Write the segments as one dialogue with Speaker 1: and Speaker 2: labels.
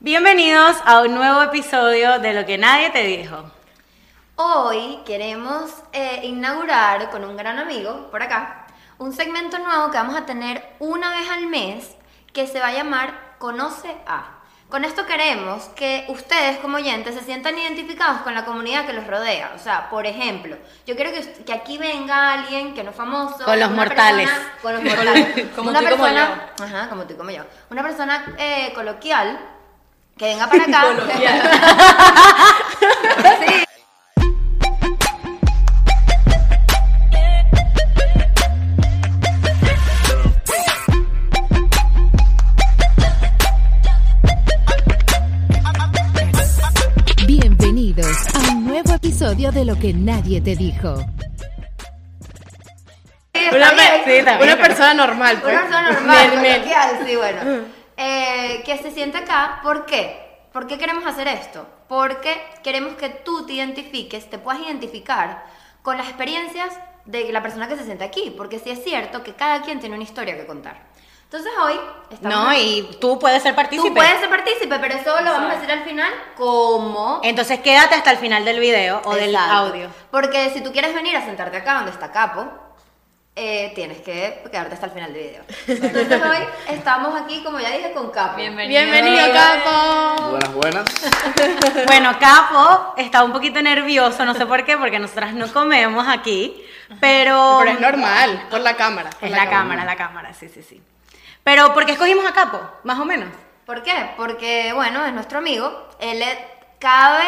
Speaker 1: Bienvenidos a un nuevo episodio de Lo que nadie te dijo.
Speaker 2: Hoy queremos eh, inaugurar con un gran amigo por acá un segmento nuevo que vamos a tener una vez al mes que se va a llamar Conoce a. Con esto queremos que ustedes como oyentes se sientan identificados con la comunidad que los rodea. O sea, por ejemplo, yo quiero que, us- que aquí venga alguien que no es famoso.
Speaker 1: Con los
Speaker 2: una
Speaker 1: mortales.
Speaker 2: persona- con los mortales.
Speaker 3: Como
Speaker 2: una
Speaker 3: tú y como
Speaker 2: persona, Ajá, como tú y como yo. Una persona eh, coloquial que venga para acá. Sí.
Speaker 4: Bienvenidos a un nuevo episodio de Lo que nadie te dijo.
Speaker 2: Sí, está
Speaker 3: Una,
Speaker 2: bien.
Speaker 3: pe-
Speaker 1: sí, también,
Speaker 3: una
Speaker 1: pero-
Speaker 3: persona normal. pues.
Speaker 2: Una persona normal,
Speaker 3: Mel, Mel.
Speaker 2: coloquial, sí, bueno.
Speaker 1: Mm.
Speaker 2: Eh, que se sienta acá, ¿por qué? ¿Por qué queremos hacer esto? Porque queremos que tú te identifiques, te puedas identificar con las experiencias de la persona que se sienta aquí, porque sí es cierto que cada quien tiene una historia que contar. Entonces hoy estamos...
Speaker 1: No, y tú puedes ser partícipe.
Speaker 2: Tú puedes ser partícipe, pero eso lo vamos a decir al final como...
Speaker 1: Entonces quédate hasta el final del video o del
Speaker 2: Exacto.
Speaker 1: audio.
Speaker 2: Porque si tú quieres venir a sentarte acá donde está Capo, eh, tienes que quedarte hasta el final del video. Entonces hoy estamos aquí, como ya dije, con Capo.
Speaker 3: Bienvenido, Capo.
Speaker 5: Buenas, buenas.
Speaker 1: Bueno, Capo está un poquito nervioso, no sé por qué, porque nosotras no comemos aquí, pero...
Speaker 3: Pero es normal, por la cámara. por
Speaker 1: Es la, cámara, la cámara, sí, sí, sí. Pero ¿por qué escogimos a Capo? Más o menos.
Speaker 2: ¿Por qué? Porque, bueno, es nuestro amigo. Él es- cabe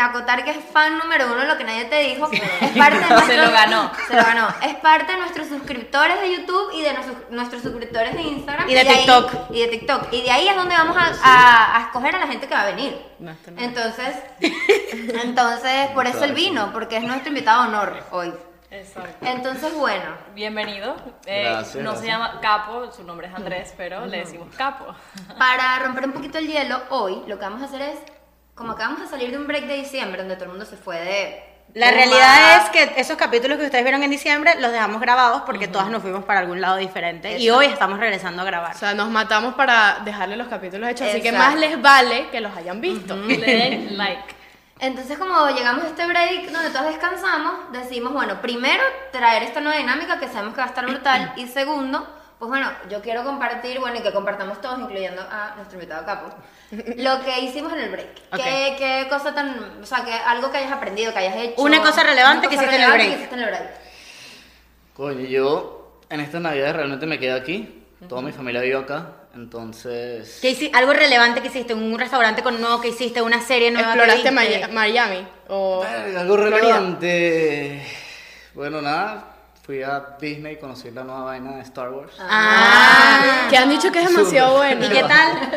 Speaker 2: acotar que es fan número uno, lo que nadie te dijo. Es parte de nuestro-
Speaker 6: lo ganó.
Speaker 2: Se lo ganó. Es parte de nuestros suscriptores de YouTube y de nuestros, nuestros suscriptores de Instagram.
Speaker 1: Y de
Speaker 2: ahí-
Speaker 1: TikTok.
Speaker 2: y de TikTok. Y de ahí es donde vamos a, a- a escoger a la gente que va a venir.
Speaker 3: No, está mal.
Speaker 2: Entonces, entonces por eso el vino, porque es nuestro invitado de honor hoy.
Speaker 6: Exacto.
Speaker 2: Entonces, bueno.
Speaker 6: Bienvenido. Eh,
Speaker 5: Gracias,
Speaker 6: no se
Speaker 5: gracias.
Speaker 6: llama Capo, su nombre es Andrés, pero le decimos Capo.
Speaker 2: Para romper un poquito el hielo, hoy lo que vamos a hacer es, como acabamos de salir de un break de diciembre donde todo el mundo se fue de...
Speaker 1: La
Speaker 2: rumba,
Speaker 1: realidad es que esos capítulos que ustedes vieron en diciembre los dejamos grabados porque todas nos fuimos para algún lado diferente y hoy estamos regresando a grabar.
Speaker 3: O sea, nos matamos para dejarle los capítulos hechos, así que
Speaker 2: Exacto.
Speaker 3: más les vale que los hayan visto.
Speaker 6: Le den like.
Speaker 2: Entonces, como llegamos a este break donde todos descansamos, decimos, bueno, primero, traer esta nueva dinámica que sabemos que va a estar brutal. Y segundo, pues bueno, yo quiero compartir, bueno, y que compartamos todos, incluyendo a nuestro invitado Capo, lo que hicimos en el break.
Speaker 1: Ok.
Speaker 2: ¿Qué, qué cosa tan, o sea, que algo que hayas aprendido, que hayas hecho.
Speaker 1: Una cosa relevante que hiciste en el
Speaker 2: relevante
Speaker 1: break.
Speaker 2: que hiciste en el break.
Speaker 5: Coño, yo en estas navidades realmente me quedé aquí. Toda mi familia vive acá. Entonces.
Speaker 1: ¿Qué hici- algo relevante que hiciste, un restaurante con nuevo que hiciste, una serie nueva que
Speaker 3: Exploraste
Speaker 1: viste?
Speaker 3: Maya- Miami. O...
Speaker 5: Verga, Algo
Speaker 3: Florida.
Speaker 5: relevante. Bueno, nada. Fui a Disney y conocí la nueva vaina de Star Wars.
Speaker 1: Ah.
Speaker 3: Que han dicho que es
Speaker 5: Súper.
Speaker 3: demasiado bueno.
Speaker 1: ¿Y qué tal?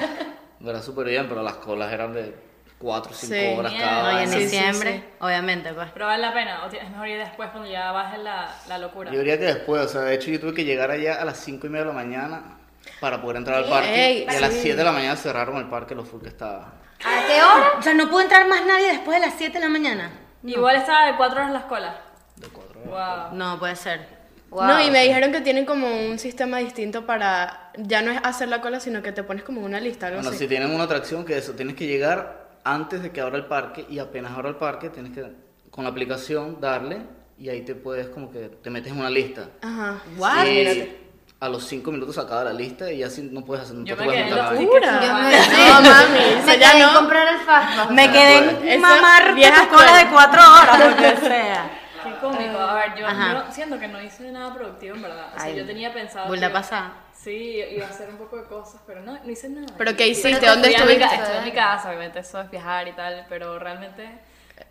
Speaker 5: Verá súper bien, pero las colas eran de 4 o 5
Speaker 3: Sí.
Speaker 5: horas
Speaker 6: Bien.
Speaker 5: cada
Speaker 1: Hoy
Speaker 5: vaina.
Speaker 1: en
Speaker 3: sí, sí,
Speaker 1: diciembre,
Speaker 3: sí.
Speaker 1: obviamente, pues.
Speaker 6: Pero vale la pena, o ti- es mejor ir después cuando ya baje la, la locura.
Speaker 5: Yo diría que después, o sea, de hecho yo tuve que llegar allá a las 5 y media de la mañana para poder entrar al parque.
Speaker 3: Ey,
Speaker 5: y a las
Speaker 3: sí.
Speaker 5: 7 de la mañana cerraron el parque, lo full que estaba.
Speaker 2: ¿A qué hora?
Speaker 1: O sea, no pudo entrar más nadie después de las 7 de la mañana.
Speaker 6: Igual estaba de cuatro horas la escuela.
Speaker 5: De 4
Speaker 6: Wow.
Speaker 1: No, puede ser.
Speaker 3: No, y me dijeron que tienen como un sistema distinto para. Ya no es hacer la cola, sino que te pones como una lista, algo
Speaker 5: Bueno,
Speaker 3: así.
Speaker 5: si tienen una atracción que eso, tienes que llegar antes de que abra el parque y apenas abra el parque tienes que con la aplicación darle y ahí te puedes como que te metes en una lista.
Speaker 3: Ajá.
Speaker 1: What?
Speaker 5: Y a los cinco minutos acaba la lista y ya sí no puedes hacer no
Speaker 6: Yo
Speaker 5: te
Speaker 6: me
Speaker 5: puedes
Speaker 6: quedé en
Speaker 5: montar
Speaker 6: los
Speaker 5: nada.
Speaker 6: últimos.
Speaker 3: ¡Jura!
Speaker 2: Yo me-
Speaker 3: No, mami, eso
Speaker 2: me
Speaker 3: ya
Speaker 2: quedé en
Speaker 3: no.
Speaker 2: comprar el fast
Speaker 1: Me quedé en
Speaker 3: Eso,
Speaker 1: mamar
Speaker 3: vieja
Speaker 1: tu cola
Speaker 3: escuela.
Speaker 1: de 4 horas, lo que sea.
Speaker 6: Qué cómico. A ver, yo,
Speaker 1: Ajá.
Speaker 6: yo siento que no hice nada productivo en verdad. O sea,
Speaker 2: Ay.
Speaker 6: yo tenía pensado.
Speaker 1: Burda
Speaker 6: que-
Speaker 1: pasada.
Speaker 6: Sí, iba a hacer un poco de cosas, pero no, no hice nada.
Speaker 3: ¿Pero qué hiciste?
Speaker 6: Pero
Speaker 3: ¿Dónde
Speaker 6: estuve en mi ca-
Speaker 2: estuviste?
Speaker 6: Estuve en mi casa, obviamente, eso es viajar y tal, pero realmente.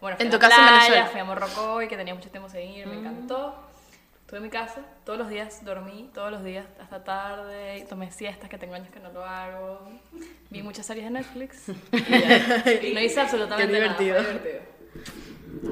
Speaker 6: Bueno, fui
Speaker 3: En
Speaker 6: a
Speaker 3: tu
Speaker 6: la
Speaker 3: casa en
Speaker 6: playa,
Speaker 3: Venezuela. Mm.
Speaker 6: Fui a Morrocoy, que tenía mucho tiempo sin ir, me encantó. Estuve en mi casa, todos los días dormí, todos los días hasta tarde, tomé siestas que tengo años que no lo hago. Vi muchas series de Netflix. Y, ya. Y no hice absolutamente
Speaker 3: Qué
Speaker 6: nada. fue
Speaker 3: divertido.
Speaker 6: divertido.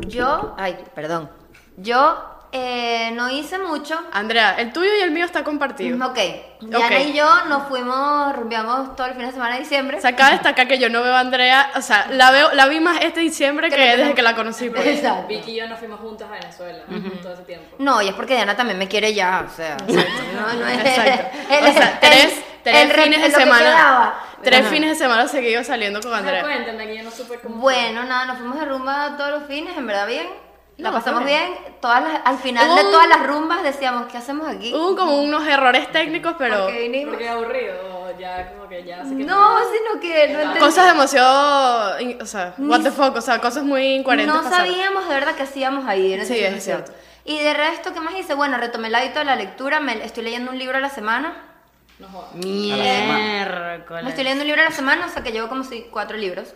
Speaker 2: Yo, ay, perdón. Yo eh, no hice mucho.
Speaker 3: Andrea, el tuyo y el mío está compartido.
Speaker 2: Mm, Ok. Diana
Speaker 3: Ok.
Speaker 2: y yo nos fuimos, rumbeamos todo el fin de semana de diciembre.
Speaker 3: O sea, cabe destacar que yo no veo a Andrea, o sea, la veo, la vi más este diciembre que desde que la conocí. pues.
Speaker 2: Exacto.
Speaker 6: Vicky y yo nos fuimos juntas a Venezuela todo ese tiempo.
Speaker 2: No, y es porque Diana también me quiere ya, o sea. No, no es
Speaker 3: Exacto. O sea, tres- tres fines de
Speaker 2: lo que
Speaker 3: semana.
Speaker 2: quedaba.
Speaker 3: Tres fines de semana seguidos saliendo con
Speaker 6: Ajá,
Speaker 3: Andrea.
Speaker 6: cuéntame, que yo no supe cómo.
Speaker 2: Bueno, nada, nos fuimos de rumba todos los fines, en verdad bien. La
Speaker 3: No,
Speaker 2: pasamos
Speaker 3: fue
Speaker 2: bien. Todas las- al final de
Speaker 3: Un-
Speaker 2: todas las rumbas decíamos, ¿qué hacemos aquí?
Speaker 3: Hubo como unos errores técnicos, pero
Speaker 2: ¿Por qué vinimos?
Speaker 6: Porque aburrido, o ya como que ya sé que
Speaker 2: No, sino que no entendí.
Speaker 3: cosas demasiado. in- O sea, what the fuck, o sea, cosas muy incoherentes.
Speaker 2: No
Speaker 3: pasaron.
Speaker 2: sabíamos de verdad que hacíamos ahí en esa
Speaker 3: Sí, es
Speaker 2: situación.
Speaker 3: cierto.
Speaker 2: Y de resto, ¿qué más hice? Bueno, retomé el hábito de la lectura, me, estoy leyendo un libro a la semana.
Speaker 6: no jodas.
Speaker 2: Me estoy
Speaker 1: Miércoles.
Speaker 2: leyendo un libro a la semana, o sea que llevo como si cuatro libros.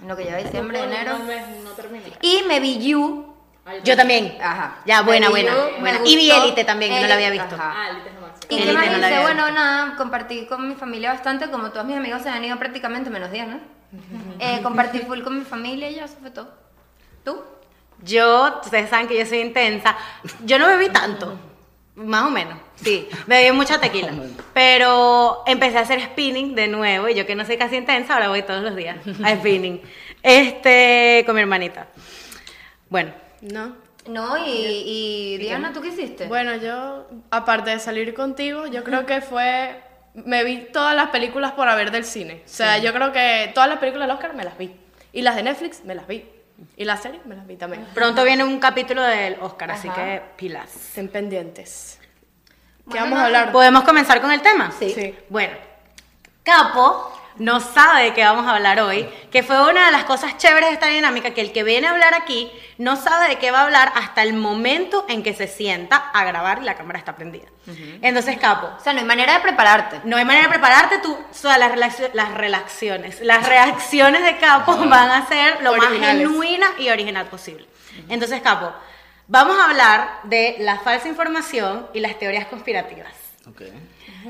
Speaker 2: En lo que lleva diciembre,
Speaker 6: No,
Speaker 2: enero.
Speaker 6: No, me- no termina.
Speaker 2: Y me vi You.
Speaker 6: Ay,
Speaker 1: Yo también.
Speaker 2: Ajá.
Speaker 1: Ya, buena,
Speaker 2: Me
Speaker 1: buena.
Speaker 2: vi You, me
Speaker 1: buena. Y vi
Speaker 2: gustó.
Speaker 1: Élite también, que no la había
Speaker 2: Élite,
Speaker 1: visto.
Speaker 2: ajá.
Speaker 6: Ah, él es lo máximo.
Speaker 2: ¿Y
Speaker 1: El
Speaker 2: qué más
Speaker 1: ítem no la
Speaker 2: hice?
Speaker 1: había
Speaker 2: Bueno, nada, compartí con mi familia bastante, como todos mis amigos se han ido prácticamente menos 10, ¿no? Eh, compartí full con mi familia y ya, eso fue todo. ¿Tú?
Speaker 1: Yo, ustedes saben que yo soy intensa. Yo no bebí tanto, más o menos. Sí, bebí mucha tequila. Pero empecé a hacer spinning de nuevo y yo que no soy casi intensa, ahora voy todos los días a spinning. Este, con mi hermanita. Bueno,
Speaker 3: No.
Speaker 2: No, y, y Diana, ¿tú qué hiciste?
Speaker 3: Bueno, yo, aparte de salir contigo, yo creo que fue. Me vi todas las películas por haber del cine. O sea, yo creo que todas las películas del Oscar me las vi. Y las de Netflix me las vi. Y las series me las vi también.
Speaker 1: pronto viene un capítulo del Oscar, así
Speaker 2: Ajá.
Speaker 1: que pilas.
Speaker 3: Estén pendientes. ¿Qué
Speaker 2: Bueno, pues,
Speaker 3: vamos
Speaker 2: no,
Speaker 3: a hablar?
Speaker 1: ¿Podemos comenzar con el tema?
Speaker 2: Sí.
Speaker 3: Sí.
Speaker 1: Bueno, Capo no sabe de qué vamos a hablar hoy, que fue una de las cosas chéveres de esta dinámica, que el que viene a hablar aquí no sabe de qué va a hablar hasta el momento en que se sienta a grabar y la cámara está prendida. Entonces, Capo,
Speaker 2: O sea, no hay manera de prepararte.
Speaker 1: no hay manera de prepararte, tú, o sea, las, relacio- las relaciones, las reacciones de Capo van a ser lo más
Speaker 3: Originales.
Speaker 1: genuina y original posible. Entonces, Capo, vamos a hablar de la falsa información y las teorías conspirativas.
Speaker 5: Ok.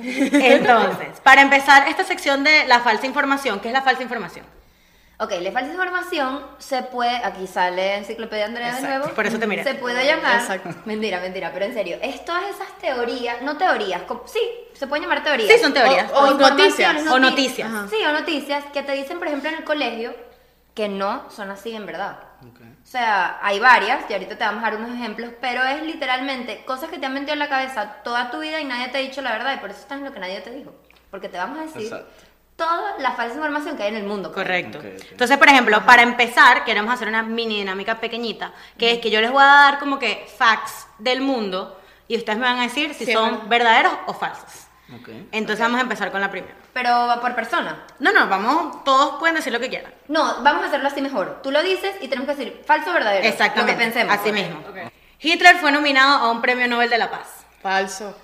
Speaker 1: Entonces, para empezar esta sección de la falsa información, ¿qué es la falsa información?
Speaker 2: Ok, le falta información, se puede, aquí sale Enciclopedia Andrea de
Speaker 1: Exacto,
Speaker 2: nuevo.
Speaker 1: por eso te miré.
Speaker 2: Se puede llamar.
Speaker 3: Exacto.
Speaker 2: Mentira, mentira, pero en serio, es todas esas teorías, no teorías, como- sí, se pueden llamar teorías. pues,
Speaker 1: Sí, son teorías.
Speaker 3: O- o
Speaker 2: informaciones,
Speaker 3: noticias.
Speaker 1: O noticias.
Speaker 2: Sí, o noticias que te dicen, por ejemplo, en el colegio, que no son así en verdad.
Speaker 5: Ok.
Speaker 2: O sea, hay varias, y ahorita te vamos a dar unos ejemplos, pero es literalmente cosas que te han metido en la cabeza toda tu vida y nadie te ha dicho la verdad, y por eso estás en lo que nadie te dijo. Porque te vamos a decir
Speaker 5: Exacto.
Speaker 2: toda la falsa información que hay en el mundo. pues.
Speaker 1: Correcto.
Speaker 5: Ok, ok.
Speaker 1: Entonces, por ejemplo, para empezar, queremos hacer una mini dinámica pequeñita, que es que yo les voy a dar como que facts del mundo y ustedes me van a decir si
Speaker 3: Sí,
Speaker 1: son verdaderos o falsos.
Speaker 5: Ok.
Speaker 1: Entonces vamos a empezar con la primera.
Speaker 2: Pero va por persona.
Speaker 1: No, no, vamos, todos pueden decir lo que quieran.
Speaker 2: No, vamos a hacerlo así mejor. Tú lo dices y tenemos que decir falso o verdadero.
Speaker 1: Exactamente.
Speaker 2: Lo que pensemos.
Speaker 1: Así mismo. Hitler fue nominado a un premio Nobel de la Paz.
Speaker 3: Falso.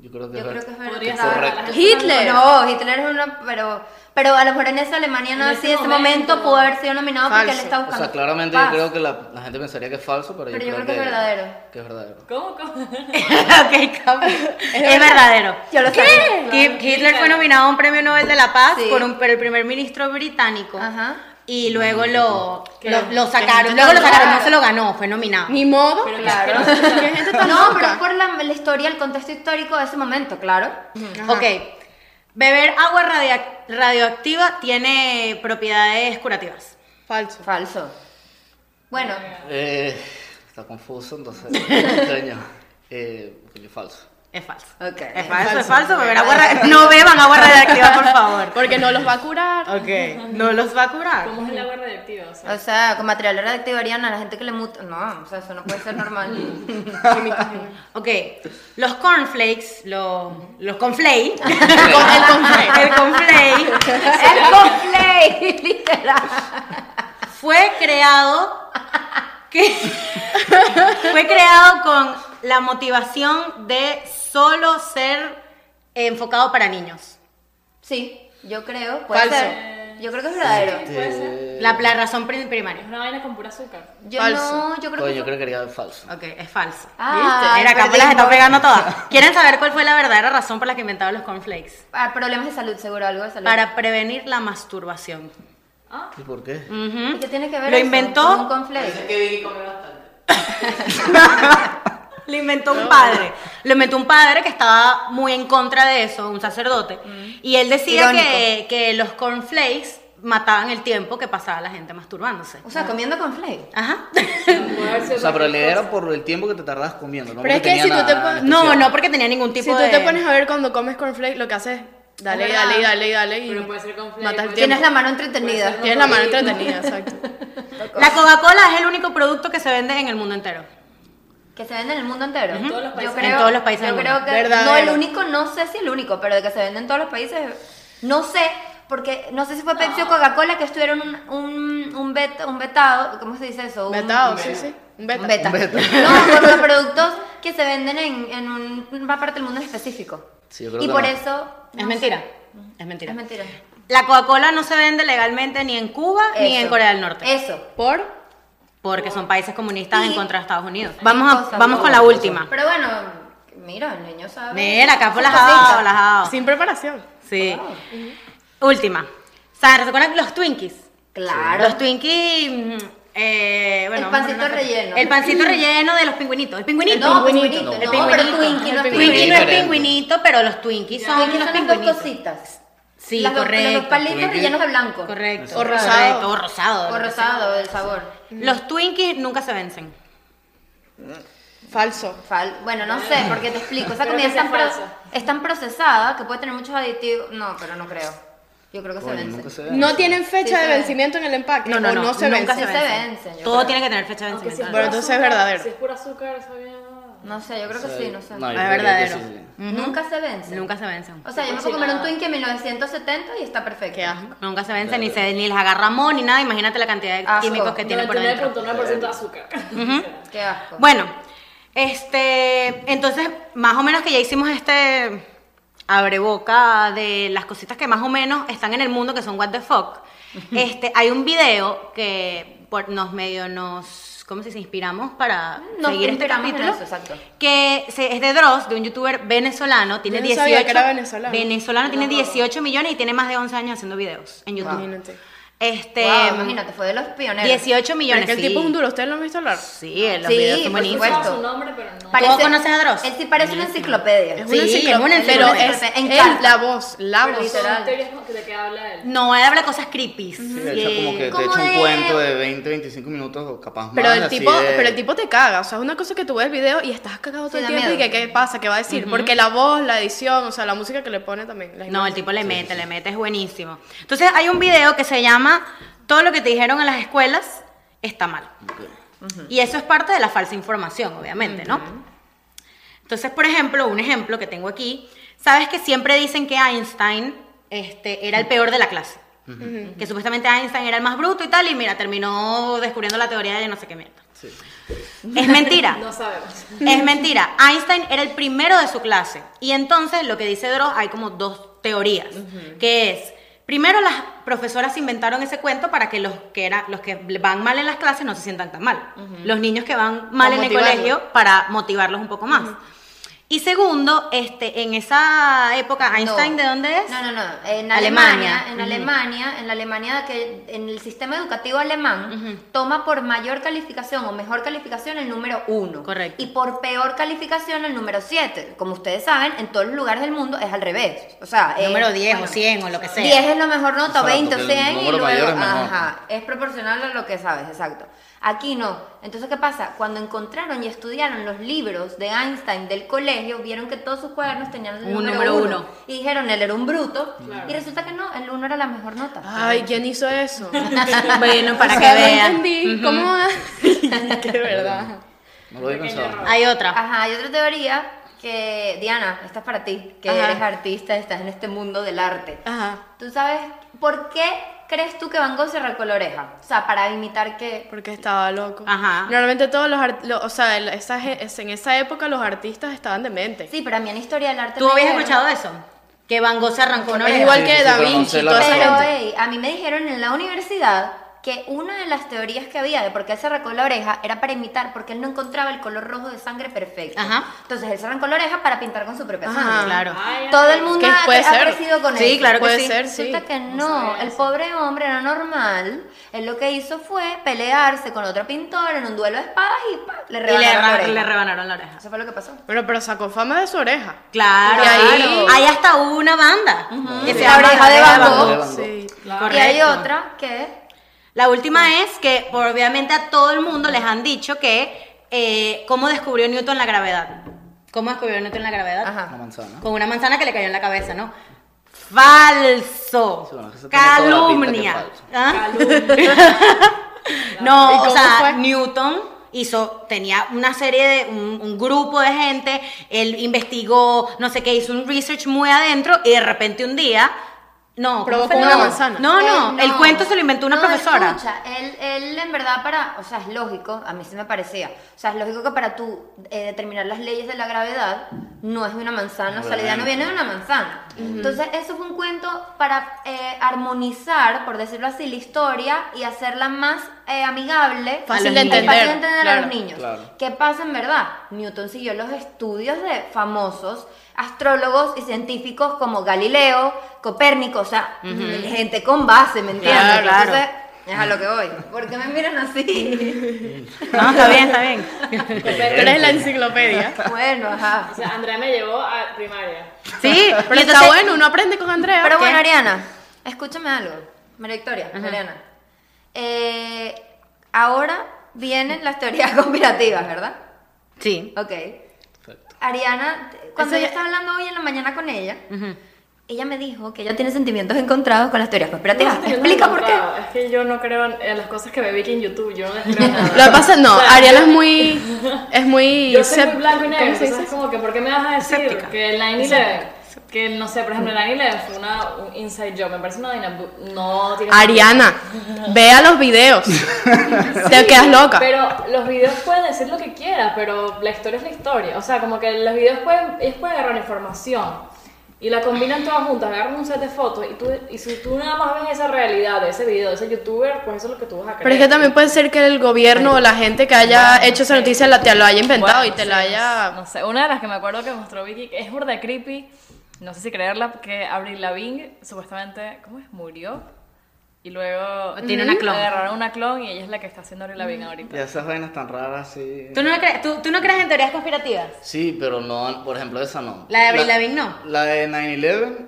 Speaker 5: Yo creo que
Speaker 2: Yo
Speaker 5: es
Speaker 2: creo
Speaker 5: verdad.
Speaker 2: que es
Speaker 6: Podría
Speaker 2: verdad.
Speaker 5: ser.
Speaker 6: Correcto.
Speaker 2: Hitler. No, Hitler es una. Pero, pero a lo mejor en esa Alemania no
Speaker 6: En
Speaker 2: así,
Speaker 6: ese
Speaker 2: ese momento,
Speaker 6: momento.
Speaker 2: pudo haber sido nominado porque él
Speaker 3: Falso.
Speaker 2: está
Speaker 5: O
Speaker 2: buscando.
Speaker 5: sea, claramente
Speaker 2: paz.
Speaker 5: yo creo que la, la gente pensaría que es falso, pero,
Speaker 2: Pero
Speaker 5: yo, creo, que,
Speaker 2: es verdadero.
Speaker 5: Que es verdadero.
Speaker 6: ¿Cómo? ¿Cómo?
Speaker 1: ok, cabrón. Es verdadero.
Speaker 2: Yo lo sabía.
Speaker 1: Hit- Hitler fue nominado a un premio Nobel de la Paz
Speaker 2: Sí.
Speaker 1: por, un- por el primer ministro británico.
Speaker 2: Ajá.
Speaker 1: Y luego lo,
Speaker 6: Que-
Speaker 1: lo, lo
Speaker 3: que
Speaker 1: sacaron.
Speaker 3: gente
Speaker 1: Luego lo
Speaker 3: tan
Speaker 1: sacaron,
Speaker 2: rara.
Speaker 1: no se lo ganó, fue nominado.
Speaker 3: Ni modo.
Speaker 6: Pero
Speaker 2: Claro.
Speaker 6: claro.
Speaker 3: ¿Qué gente tan
Speaker 2: No, pero
Speaker 3: loca?
Speaker 2: es por la, la historia, el contexto histórico de ese momento, claro.
Speaker 3: Ajá.
Speaker 1: Ok. Beber agua radia- radioactiva tiene propiedades curativas.
Speaker 3: Falso.
Speaker 2: Falso. Bueno,
Speaker 5: Eh, está confuso, entonces. extraño. Eh, porque es falso.
Speaker 1: Es falso.
Speaker 2: ok.
Speaker 1: Es falso, es falso. Beber agua ra- no beban agua radioactiva, por favor.
Speaker 3: Porque no los va a curar.
Speaker 1: Ok. No los va a curar.
Speaker 6: ¿Cómo es el agua radioactiva? O sea,
Speaker 2: O sea, con material radioactivo, Ariana, la gente que le muta. No, o sea, eso no puede ser normal.
Speaker 1: Ok, los cornflakes, los, los conflay, el
Speaker 3: El conflay.
Speaker 1: conflay
Speaker 2: El cosplay, literal.
Speaker 1: fue creado que fue creado con la motivación de solo ser enfocado para niños.
Speaker 2: Sí, yo creo. Puede
Speaker 3: Falso.
Speaker 2: ser. Yo creo que es verdadero.
Speaker 6: puede ser.
Speaker 5: Eh,
Speaker 1: La, la razón prim-
Speaker 6: Es
Speaker 1: primaria.
Speaker 6: una vaina con pura azúcar.
Speaker 2: Yo
Speaker 3: Falso.
Speaker 2: no, yo creo
Speaker 5: Oye,
Speaker 2: que.
Speaker 5: yo creo que era falso.
Speaker 1: Ok, es falso.
Speaker 2: Ah,
Speaker 1: Mira, acá pues
Speaker 2: perdimos.
Speaker 1: las está pegando todas. ¿Quieren saber cuál fue la verdadera razón por la que inventaron los cornflakes?
Speaker 2: Ah, problemas de salud, seguro, algo de salud.
Speaker 1: Para prevenir la masturbación.
Speaker 5: ¿Y por qué?
Speaker 1: Ujú.
Speaker 2: ¿Y ¿Qué tiene que ver
Speaker 1: Lo
Speaker 2: eso
Speaker 1: inventó-
Speaker 2: con un conflicto?
Speaker 1: Lo inventó un padre. Lo inventó un padre que estaba muy en contra de eso, un sacerdote.
Speaker 2: Mm.
Speaker 1: Y él decía
Speaker 2: Irónico.
Speaker 1: que, que los cornflakes mataban el tiempo que pasaba la gente masturbándose.
Speaker 2: O sea, comiendo conflicto.
Speaker 1: Ajá.
Speaker 6: Puede haber sido
Speaker 5: O sea, pero
Speaker 6: cualquier
Speaker 5: le
Speaker 6: cosa.
Speaker 5: era por el tiempo que te tardabas comiendo. No
Speaker 3: Pero es
Speaker 5: porque
Speaker 3: que si
Speaker 5: tenía
Speaker 3: tú te
Speaker 5: nada
Speaker 3: pon-
Speaker 5: especial.
Speaker 1: No, no porque tenía ningún tipo
Speaker 3: Si tú
Speaker 1: de...
Speaker 3: te pones a ver cuando comes cornflakes, lo que haces es Dale,
Speaker 2: ¿Verdad?
Speaker 3: dale, dale, dale. Y
Speaker 7: Pero puede ser con flavor,
Speaker 3: matas el
Speaker 7: puede
Speaker 3: tiempo.
Speaker 2: Tienes la mano
Speaker 7: Puede
Speaker 2: entretenida.
Speaker 7: ser,
Speaker 3: Tienes la mano entretenida, exacto.
Speaker 1: La Coca-Cola es el único producto que se vende en el mundo entero.
Speaker 2: Que se vende en el mundo entero.
Speaker 7: En todos los países.
Speaker 2: Yo creo,
Speaker 1: En todos los países
Speaker 2: Yo
Speaker 1: del
Speaker 2: creo
Speaker 1: mundo.
Speaker 2: que.
Speaker 3: Verdadero.
Speaker 2: No, el único, no sé si el único, pero de que se vende en todos los países. No sé, porque no sé si fue Pepsi o Coca-Cola que estuvieron un, un, un, bet- un vetado. ¿Cómo se dice eso? Un-
Speaker 3: Vetado, sí, sí. Un beta.
Speaker 2: Un beta.
Speaker 5: Un beta.
Speaker 2: No, por los productos que se venden en, en un- una parte del mundo en específico.
Speaker 5: Sí, yo creo
Speaker 2: y
Speaker 5: que
Speaker 2: por
Speaker 5: no.
Speaker 2: eso.
Speaker 1: Es
Speaker 2: no
Speaker 1: mentira.
Speaker 2: sé.
Speaker 1: Es mentira.
Speaker 2: Es mentira.
Speaker 1: La Coca-Cola no se vende legalmente ni en Cuba ni
Speaker 2: Eso.
Speaker 1: en Corea del Norte.
Speaker 2: Eso.
Speaker 3: Por.
Speaker 1: Porque son países comunistas en
Speaker 2: Y-
Speaker 1: contra de Estados Unidos. Vamos, a-
Speaker 2: Cosa,
Speaker 1: vamos
Speaker 2: no,
Speaker 1: con la
Speaker 2: cosa.
Speaker 1: última.
Speaker 2: Pero bueno, mira, el niño sabe.
Speaker 1: Mira, acá fue las
Speaker 2: Cosita.
Speaker 1: dado, las dado.
Speaker 3: Sin preparación.
Speaker 1: Sí. Última. Sara, ¿se acuerdan los Twinkies?
Speaker 2: Claro.
Speaker 1: Los Twinkies. mm, eh, bueno, vamos a poner
Speaker 2: El pancito
Speaker 1: una fecha.
Speaker 2: relleno.
Speaker 1: El pancito relleno de los pingüinitos. El pingüinito.
Speaker 2: No,
Speaker 5: pingüinito,
Speaker 2: pingüinito.
Speaker 5: no.
Speaker 2: No,
Speaker 5: El
Speaker 2: pero
Speaker 1: pingüinito.
Speaker 2: Twinkie no es
Speaker 1: Twinkie
Speaker 3: El
Speaker 2: pingüinito.
Speaker 1: no es
Speaker 5: Diferente.
Speaker 1: pingüinito, pero los Twinkies son
Speaker 2: Twinkie
Speaker 1: los
Speaker 2: son las dos
Speaker 1: pingüinitos.
Speaker 2: cositas.
Speaker 1: Sí,
Speaker 2: Las dos-
Speaker 1: correcto.
Speaker 2: Los palitos
Speaker 5: Twinkie.
Speaker 2: rellenos de blanco.
Speaker 1: Correcto.
Speaker 3: O rosado.
Speaker 1: Correcto, O rosado. Mm.
Speaker 2: O rosado, el sabor.
Speaker 1: Los Twinkies nunca se vencen.
Speaker 3: Falso.
Speaker 2: Fal- Bueno, no sé, porque te explico. Esa
Speaker 7: Creo
Speaker 2: comida es
Speaker 7: que
Speaker 2: tan,
Speaker 7: sea
Speaker 2: pro-
Speaker 7: falso.
Speaker 2: es tan procesada que puede tener muchos aditivos. No, pero no creo. Yo creo que
Speaker 5: Coño,
Speaker 2: se vence.
Speaker 5: nunca se ve.
Speaker 3: No tienen
Speaker 2: Sí,
Speaker 3: fecha
Speaker 2: se
Speaker 3: de
Speaker 2: ve.
Speaker 3: vencimiento en el empaque.
Speaker 1: No, no,
Speaker 3: o
Speaker 1: no.
Speaker 3: se
Speaker 1: nunca
Speaker 2: Sí
Speaker 1: se
Speaker 2: se
Speaker 1: vencen.
Speaker 2: vencen, yo
Speaker 1: Todo
Speaker 2: creo.
Speaker 1: tiene que tener fecha de
Speaker 7: Aunque si
Speaker 1: vencimiento.
Speaker 7: es
Speaker 3: Bueno,
Speaker 7: puro
Speaker 3: entonces es
Speaker 7: azúcar,
Speaker 3: verdadero.
Speaker 7: Si es pura azúcar, sabía.
Speaker 2: No sé, yo creo que sí, no sé.
Speaker 5: No, yo
Speaker 1: Es
Speaker 5: creo que
Speaker 1: verdadero.
Speaker 5: sí, sí, sí.
Speaker 2: Nunca se vence.
Speaker 1: Nunca se vencen.
Speaker 2: O sea, yo me puedo comer un Twinkie en 1970 y está perfecto.
Speaker 3: Qué asco.
Speaker 1: Nunca se vencen, ni, se, ni las agarramos, ni nada. Imagínate la cantidad de
Speaker 2: Asco.
Speaker 1: químicos que tiene por dentro.
Speaker 7: 99.9% de azúcar.
Speaker 2: Qué asco.
Speaker 1: Bueno, este, entonces, más o menos que ya hicimos este abre boca de las cositas que más o menos están en el mundo que son what the fuck. Este, hay un video que por, nos medio nos ¿cómo se dice? inspiramos para
Speaker 2: Nos
Speaker 1: seguir este
Speaker 2: inspiramos en
Speaker 1: capítulo.
Speaker 2: eso, exacto.
Speaker 1: Que se- es de Dross, de un youtuber venezolano, tiene
Speaker 3: Yo no
Speaker 1: 18
Speaker 3: sabía que era venezolano.
Speaker 1: venezolano, tiene 18 millones y tiene más de 11 años haciendo videos en YouTube.
Speaker 3: Imagínate.
Speaker 1: Este,
Speaker 2: Wow, imagínate, fue de los pioneros.
Speaker 1: 18
Speaker 3: Pero es
Speaker 1: millones.
Speaker 3: que el
Speaker 1: sí.
Speaker 3: tipo es un duro. ¿Ustedes lo han visto hablar?
Speaker 1: Sí, los
Speaker 2: Sí,
Speaker 1: videos son
Speaker 2: por
Speaker 1: buenísimos.
Speaker 2: supuesto.
Speaker 7: Su nombre, pero no.
Speaker 1: Pa- ¿Tú conoces a Dross?
Speaker 2: Él sí parece una enciclopedia.
Speaker 3: Es
Speaker 1: Sí,
Speaker 3: una enciclo-
Speaker 1: es una
Speaker 3: pero
Speaker 1: enciclopedia.
Speaker 3: es
Speaker 2: En
Speaker 3: él,
Speaker 2: carta.
Speaker 3: la voz, la
Speaker 7: Pero
Speaker 3: voz.
Speaker 7: son
Speaker 2: literal.
Speaker 7: teorías que- de que habla él.
Speaker 1: No, él habla cosas creepy.
Speaker 5: Sí, de hecho, como que te
Speaker 2: Como
Speaker 5: echa un
Speaker 2: de-
Speaker 5: cuento de 20, 25 minutos o capaz
Speaker 3: Pero
Speaker 5: más.
Speaker 3: el,
Speaker 5: así
Speaker 3: tipo,
Speaker 5: de-
Speaker 3: pero el tipo te caga, o sea, es una cosa que tú ves el video y estás cagado todo
Speaker 2: Sí,
Speaker 3: el
Speaker 2: da
Speaker 3: tiempo y
Speaker 2: miedo.
Speaker 3: que qué pasa, qué va a decir, porque la voz, la edición, o sea, la música que le pone también. las
Speaker 1: No, el
Speaker 3: imágenes.
Speaker 1: tipo le mete, le mete, es buenísimo. Entonces hay un video que se llama Todo lo que te dijeron en las escuelas está mal. Y eso es parte de la falsa información, obviamente, ¿no? Entonces, por ejemplo, un ejemplo que tengo aquí, sabes que siempre dicen que Einstein este, era el peor de la clase. Que supuestamente Einstein era el más bruto y tal, y mira, terminó descubriendo la teoría de no sé qué mierda.
Speaker 5: Sí.
Speaker 1: Es mentira.
Speaker 7: No sabemos.
Speaker 1: Es mentira. Einstein era el primero de su clase. Y entonces lo que dice Dross, hay como dos teorías. Que es, primero las profesoras inventaron ese cuento para que los que, era, los que van mal en las clases no se sientan tan mal. Los niños que van mal
Speaker 3: Para
Speaker 1: en el
Speaker 3: motivarlos.
Speaker 1: colegio para motivarlos un poco más. Y segundo, este, en esa época, Einstein,
Speaker 2: No.
Speaker 1: ¿de dónde es?
Speaker 2: No, no, no. En
Speaker 1: Alemania.
Speaker 2: Alemania, en
Speaker 1: Ujú.
Speaker 2: Alemania, en la Alemania que en el sistema educativo alemán toma por mayor calificación o mejor calificación el número uno.
Speaker 1: Correcto.
Speaker 2: Y por peor calificación el número siete. Como ustedes saben, en todos los lugares del mundo es al revés. O sea, es-
Speaker 1: Número 10 o
Speaker 2: bueno,
Speaker 1: 100 o lo que sea.
Speaker 2: 10 es la mejor nota,
Speaker 5: Exacto,
Speaker 2: 20 o
Speaker 5: que el
Speaker 2: 100 y
Speaker 5: número
Speaker 2: luego,
Speaker 5: mayor es mejor.
Speaker 2: ajá, es proporcional a lo que sabes, exacto. Aquí no. Entonces, ¿qué pasa? Cuando encontraron y estudiaron los libros de Einstein del colegio, vieron que todos sus cuadernos tenían el
Speaker 1: Un
Speaker 2: número,
Speaker 1: número
Speaker 2: uno.
Speaker 1: uno.
Speaker 2: Y dijeron, él era un bruto. Y resulta que no, el uno era la mejor nota.
Speaker 1: Ah.
Speaker 3: Ay, ¿quién hizo eso?
Speaker 1: bueno, para
Speaker 3: O
Speaker 1: que
Speaker 3: sea, no
Speaker 1: vean.
Speaker 3: entendí, ¿cómo va? Qué verdad.
Speaker 5: No lo había pensado.
Speaker 1: Hay otra.
Speaker 2: Ajá, hay otra teoría que, Diana, esta es para ti, que
Speaker 3: Ajá.
Speaker 2: eres artista, estás en este mundo del arte.
Speaker 3: Ajá.
Speaker 2: ¿Tú sabes por qué crees tú que Van Gogh se recoloreja? O sea, para imitar que...
Speaker 3: Porque estaba loco.
Speaker 1: Ajá.
Speaker 3: Normalmente todos los, art- lo- o sea, el- esa ge- es- en esa época los artistas estaban dementes.
Speaker 2: Sí, pero a mí en historia del arte
Speaker 1: ¿Tú
Speaker 2: me
Speaker 1: habías
Speaker 2: dijeron-
Speaker 1: escuchado eso? Que Van Gogh se arrancó una
Speaker 3: Es
Speaker 1: oreja.
Speaker 3: igual
Speaker 5: Sí,
Speaker 3: que
Speaker 5: sí, sí,
Speaker 3: Da
Speaker 5: pero no
Speaker 3: Vinci
Speaker 5: sé
Speaker 3: y
Speaker 5: la
Speaker 3: todo ese
Speaker 5: razón.
Speaker 2: Pero,
Speaker 3: gente.
Speaker 2: ey, a mí me dijeron en la universidad que una de las teorías que había de por qué él se arrancó la oreja era para imitar, porque él no encontraba el color rojo de sangre perfecto.
Speaker 1: Ajá.
Speaker 2: Entonces él se arrancó la oreja para pintar con su propia
Speaker 3: Ajá.
Speaker 2: sangre.
Speaker 1: Claro.
Speaker 7: Ay,
Speaker 2: Todo
Speaker 7: ay,
Speaker 2: el mundo
Speaker 3: Que
Speaker 2: ha,
Speaker 3: puede
Speaker 2: ha
Speaker 3: ser.
Speaker 2: crecido con
Speaker 1: Sí,
Speaker 2: eso. Pues
Speaker 1: claro que
Speaker 3: Puede
Speaker 1: sí.
Speaker 3: ser, sí.
Speaker 2: Resulta que no, el pobre hombre era normal. Él lo que hizo fue pelearse con otro pintor en un duelo de espadas y pa, le
Speaker 1: Y le,
Speaker 2: rebanaron la
Speaker 1: ra-
Speaker 2: oreja.
Speaker 1: le rebanaron la oreja.
Speaker 2: Eso fue lo que pasó.
Speaker 3: Bueno, pero sacó fama de su oreja.
Speaker 1: Claro.
Speaker 3: Y ahí-
Speaker 1: claro. Hay hasta una banda. que se
Speaker 2: La
Speaker 1: llama
Speaker 2: oreja de Van Gogh.
Speaker 5: Van Gogh.
Speaker 3: Sí.
Speaker 2: Y hay
Speaker 1: Correcto.
Speaker 2: otra que
Speaker 1: La última es que por- obviamente a todo el mundo les han dicho que eh, cómo descubrió Newton la gravedad. ¿Cómo descubrió Newton la gravedad?
Speaker 2: Ajá.
Speaker 5: Una manzana.
Speaker 1: Con una manzana que le cayó en la cabeza, ¿no? Falso.
Speaker 5: Sí, bueno, eso tiene toda la
Speaker 1: Calumnia.
Speaker 5: pinta que es falso.
Speaker 1: ¿Ah?
Speaker 3: ¿Y
Speaker 1: no, o
Speaker 3: cómo
Speaker 1: sea,
Speaker 3: fue?
Speaker 1: Newton hizo, tenía una serie de, un, un grupo de gente, él investigó, no sé qué, hizo un research muy adentro y de repente un día, no, ¿cómo
Speaker 3: Provocó
Speaker 1: fue?
Speaker 3: una
Speaker 1: No,
Speaker 3: manzana.
Speaker 1: No, no,
Speaker 2: Él
Speaker 1: el cuento se lo inventó una
Speaker 2: No,
Speaker 1: profesora.
Speaker 2: Escucha, él, él en verdad para, o sea, es lógico, a mí sí me parecía, o sea, es lógico que para tú eh, determinar las leyes de la gravedad no es de una manzana, o sea, la idea no viene de una manzana. Entonces, eso fue un cuento para eh, armonizar, por decirlo así, la historia y hacerla más eh, amigable.
Speaker 3: Fácil
Speaker 2: y
Speaker 3: de entender,
Speaker 2: Fácil de entender a
Speaker 3: claro,
Speaker 2: los niños.
Speaker 5: claro.
Speaker 2: ¿Qué pasa en verdad? Newton siguió los estudios de famosos astrólogos y científicos como Galileo, Copérnico, o sea, gente con base, ¿me entiendes?
Speaker 1: Claro, claro.
Speaker 2: Entonces, es a lo que voy. ¿Por qué me miran así?
Speaker 1: No, está bien, está bien.
Speaker 3: Pero eres la enciclopedia.
Speaker 2: bueno, ajá.
Speaker 7: O sea, Andrea me llevó a primaria.
Speaker 1: Sí,
Speaker 3: Pero
Speaker 1: y
Speaker 3: está
Speaker 1: entonces-
Speaker 3: bueno, uno aprende con Andrea.
Speaker 2: Pero
Speaker 3: ¿Qué?
Speaker 2: bueno, Ariana, escúchame algo. María Victoria, Mariana. Eh, ahora vienen las teorías conspirativas, ¿verdad?
Speaker 1: Sí.
Speaker 2: Ok. Ariana, te- cuando
Speaker 3: Eso
Speaker 2: yo
Speaker 3: ya-
Speaker 2: estaba hablando hoy en la mañana con ella, ella me dijo que ella tiene sentimientos encontrados con las teorías conspirativas.
Speaker 7: No sé si yo
Speaker 2: Explica
Speaker 7: lo he
Speaker 2: por qué.
Speaker 7: contado, Es que yo no creo en, en las cosas que me vi que en YouTube. Yo no les creo nada.
Speaker 3: Lo que pasa, no,
Speaker 7: O sea,
Speaker 3: Ariana es muy. Es muy.
Speaker 7: Yo soy
Speaker 3: sep-
Speaker 7: muy blanco y negro,
Speaker 3: ¿cómo se
Speaker 7: entonces
Speaker 3: dice?
Speaker 7: es como que, ¿por qué me vas a decir
Speaker 1: Escéptica.
Speaker 7: que el 9-11, que no sé, por ejemplo, el 9-11 fue una, un inside job, me parece una dinam... No, tiene
Speaker 3: Ariana, vea los videos. Te quedas loca.
Speaker 7: Pero los videos pueden decir lo que quieras, pero la historia es la historia. O sea, como que los videos pueden, ellos pueden agarrar información y la combinan todas juntas, agarran un set de fotos y, tú, y si tú nada más ves esa realidad de ese video, de ese youtuber, pues eso es lo que tú vas a creer.
Speaker 3: Pero es que también puede ser que el gobierno o la gente que haya hecho esa noticia la, te lo haya inventado y te la haya.
Speaker 7: No sé, una de las que me acuerdo que mostró Vicky, que es burda creepy, no sé si creerla, porque Avril Lavigne supuestamente, ¿cómo es? Murió. Y luego
Speaker 1: Tiene una clon.
Speaker 7: agarraron una clon y ella es la que está haciendo Avril Lavigne ahorita.
Speaker 5: Ya esas vainas tan raras, sí.
Speaker 1: ¿Tú no, crees, tú, tú no crees en teorías conspirativas?
Speaker 5: Sí, pero no, por ejemplo, esa no.
Speaker 1: La de Avril Lavigne no.
Speaker 5: La de 9-11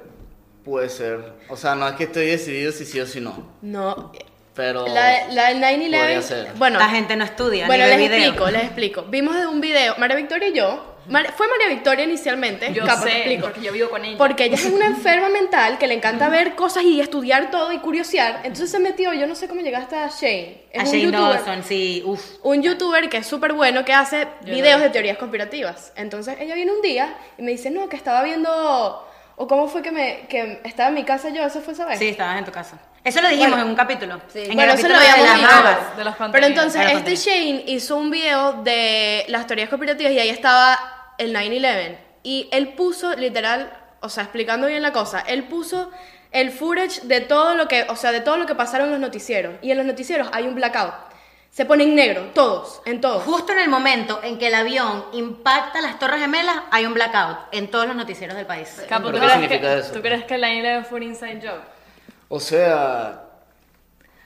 Speaker 5: puede ser. O sea, no es que estoy decidido si sí o si no.
Speaker 3: No.
Speaker 7: Oh.
Speaker 5: Pero.
Speaker 3: La, la del
Speaker 5: Podría
Speaker 3: 9-11.
Speaker 5: ser.
Speaker 3: Bueno,
Speaker 1: La gente no estudia.
Speaker 3: bueno
Speaker 1: ni
Speaker 3: les
Speaker 1: ve video.
Speaker 3: explico, les explico. Vimos de un video, María Victoria y yo. Mar- fue María Victoria inicialmente.
Speaker 7: Yo
Speaker 3: capaz, te
Speaker 7: sé,
Speaker 3: explico.
Speaker 7: porque yo vivo con ella.
Speaker 3: Porque ella es una enferma mental que le encanta ver cosas y estudiar todo y curiosear. Entonces se metió, yo no sé cómo llegaste a Shane. Es
Speaker 1: A
Speaker 3: un
Speaker 1: Shane
Speaker 3: youtuber.
Speaker 1: Dawson, sí, uff.
Speaker 3: un youtuber que es súper bueno que hace
Speaker 7: Yo
Speaker 3: videos
Speaker 7: lo vi.
Speaker 3: de teorías conspirativas. Entonces ella viene un día y me dice, no, que estaba viendo, o cómo fue que me que estaba en mi casa yo, eso fue esa vez.
Speaker 1: Sí, estabas en tu casa. Eso lo dijimos
Speaker 3: Bueno.
Speaker 1: en un capítulo.
Speaker 2: Sí.
Speaker 1: En
Speaker 3: Bueno,
Speaker 1: el
Speaker 3: eso lo
Speaker 1: capítulo de
Speaker 3: habíamos
Speaker 1: las
Speaker 3: visto.
Speaker 1: magas.
Speaker 7: De los
Speaker 3: Pero
Speaker 7: contenidos.
Speaker 3: entonces
Speaker 1: De los
Speaker 3: este Shane hizo un video de las teorías conspirativas y ahí estaba el 9-11. Y él puso, literal, o sea, explicando bien la cosa, él puso el footage de todo lo que, o sea, de todo lo que pasaron en los noticieros. Y en los noticieros hay un blackout. Se pone en negro, todos, en todos.
Speaker 1: Justo en el momento en que el avión impacta las Torres Gemelas, hay un blackout en todos los noticieros del país.
Speaker 7: Capo,
Speaker 5: ¿Pero qué
Speaker 7: ¿tú crees
Speaker 5: significa
Speaker 7: que,
Speaker 5: eso?
Speaker 7: ¿Tú crees que el 9-11 fue un inside job?
Speaker 5: O sea.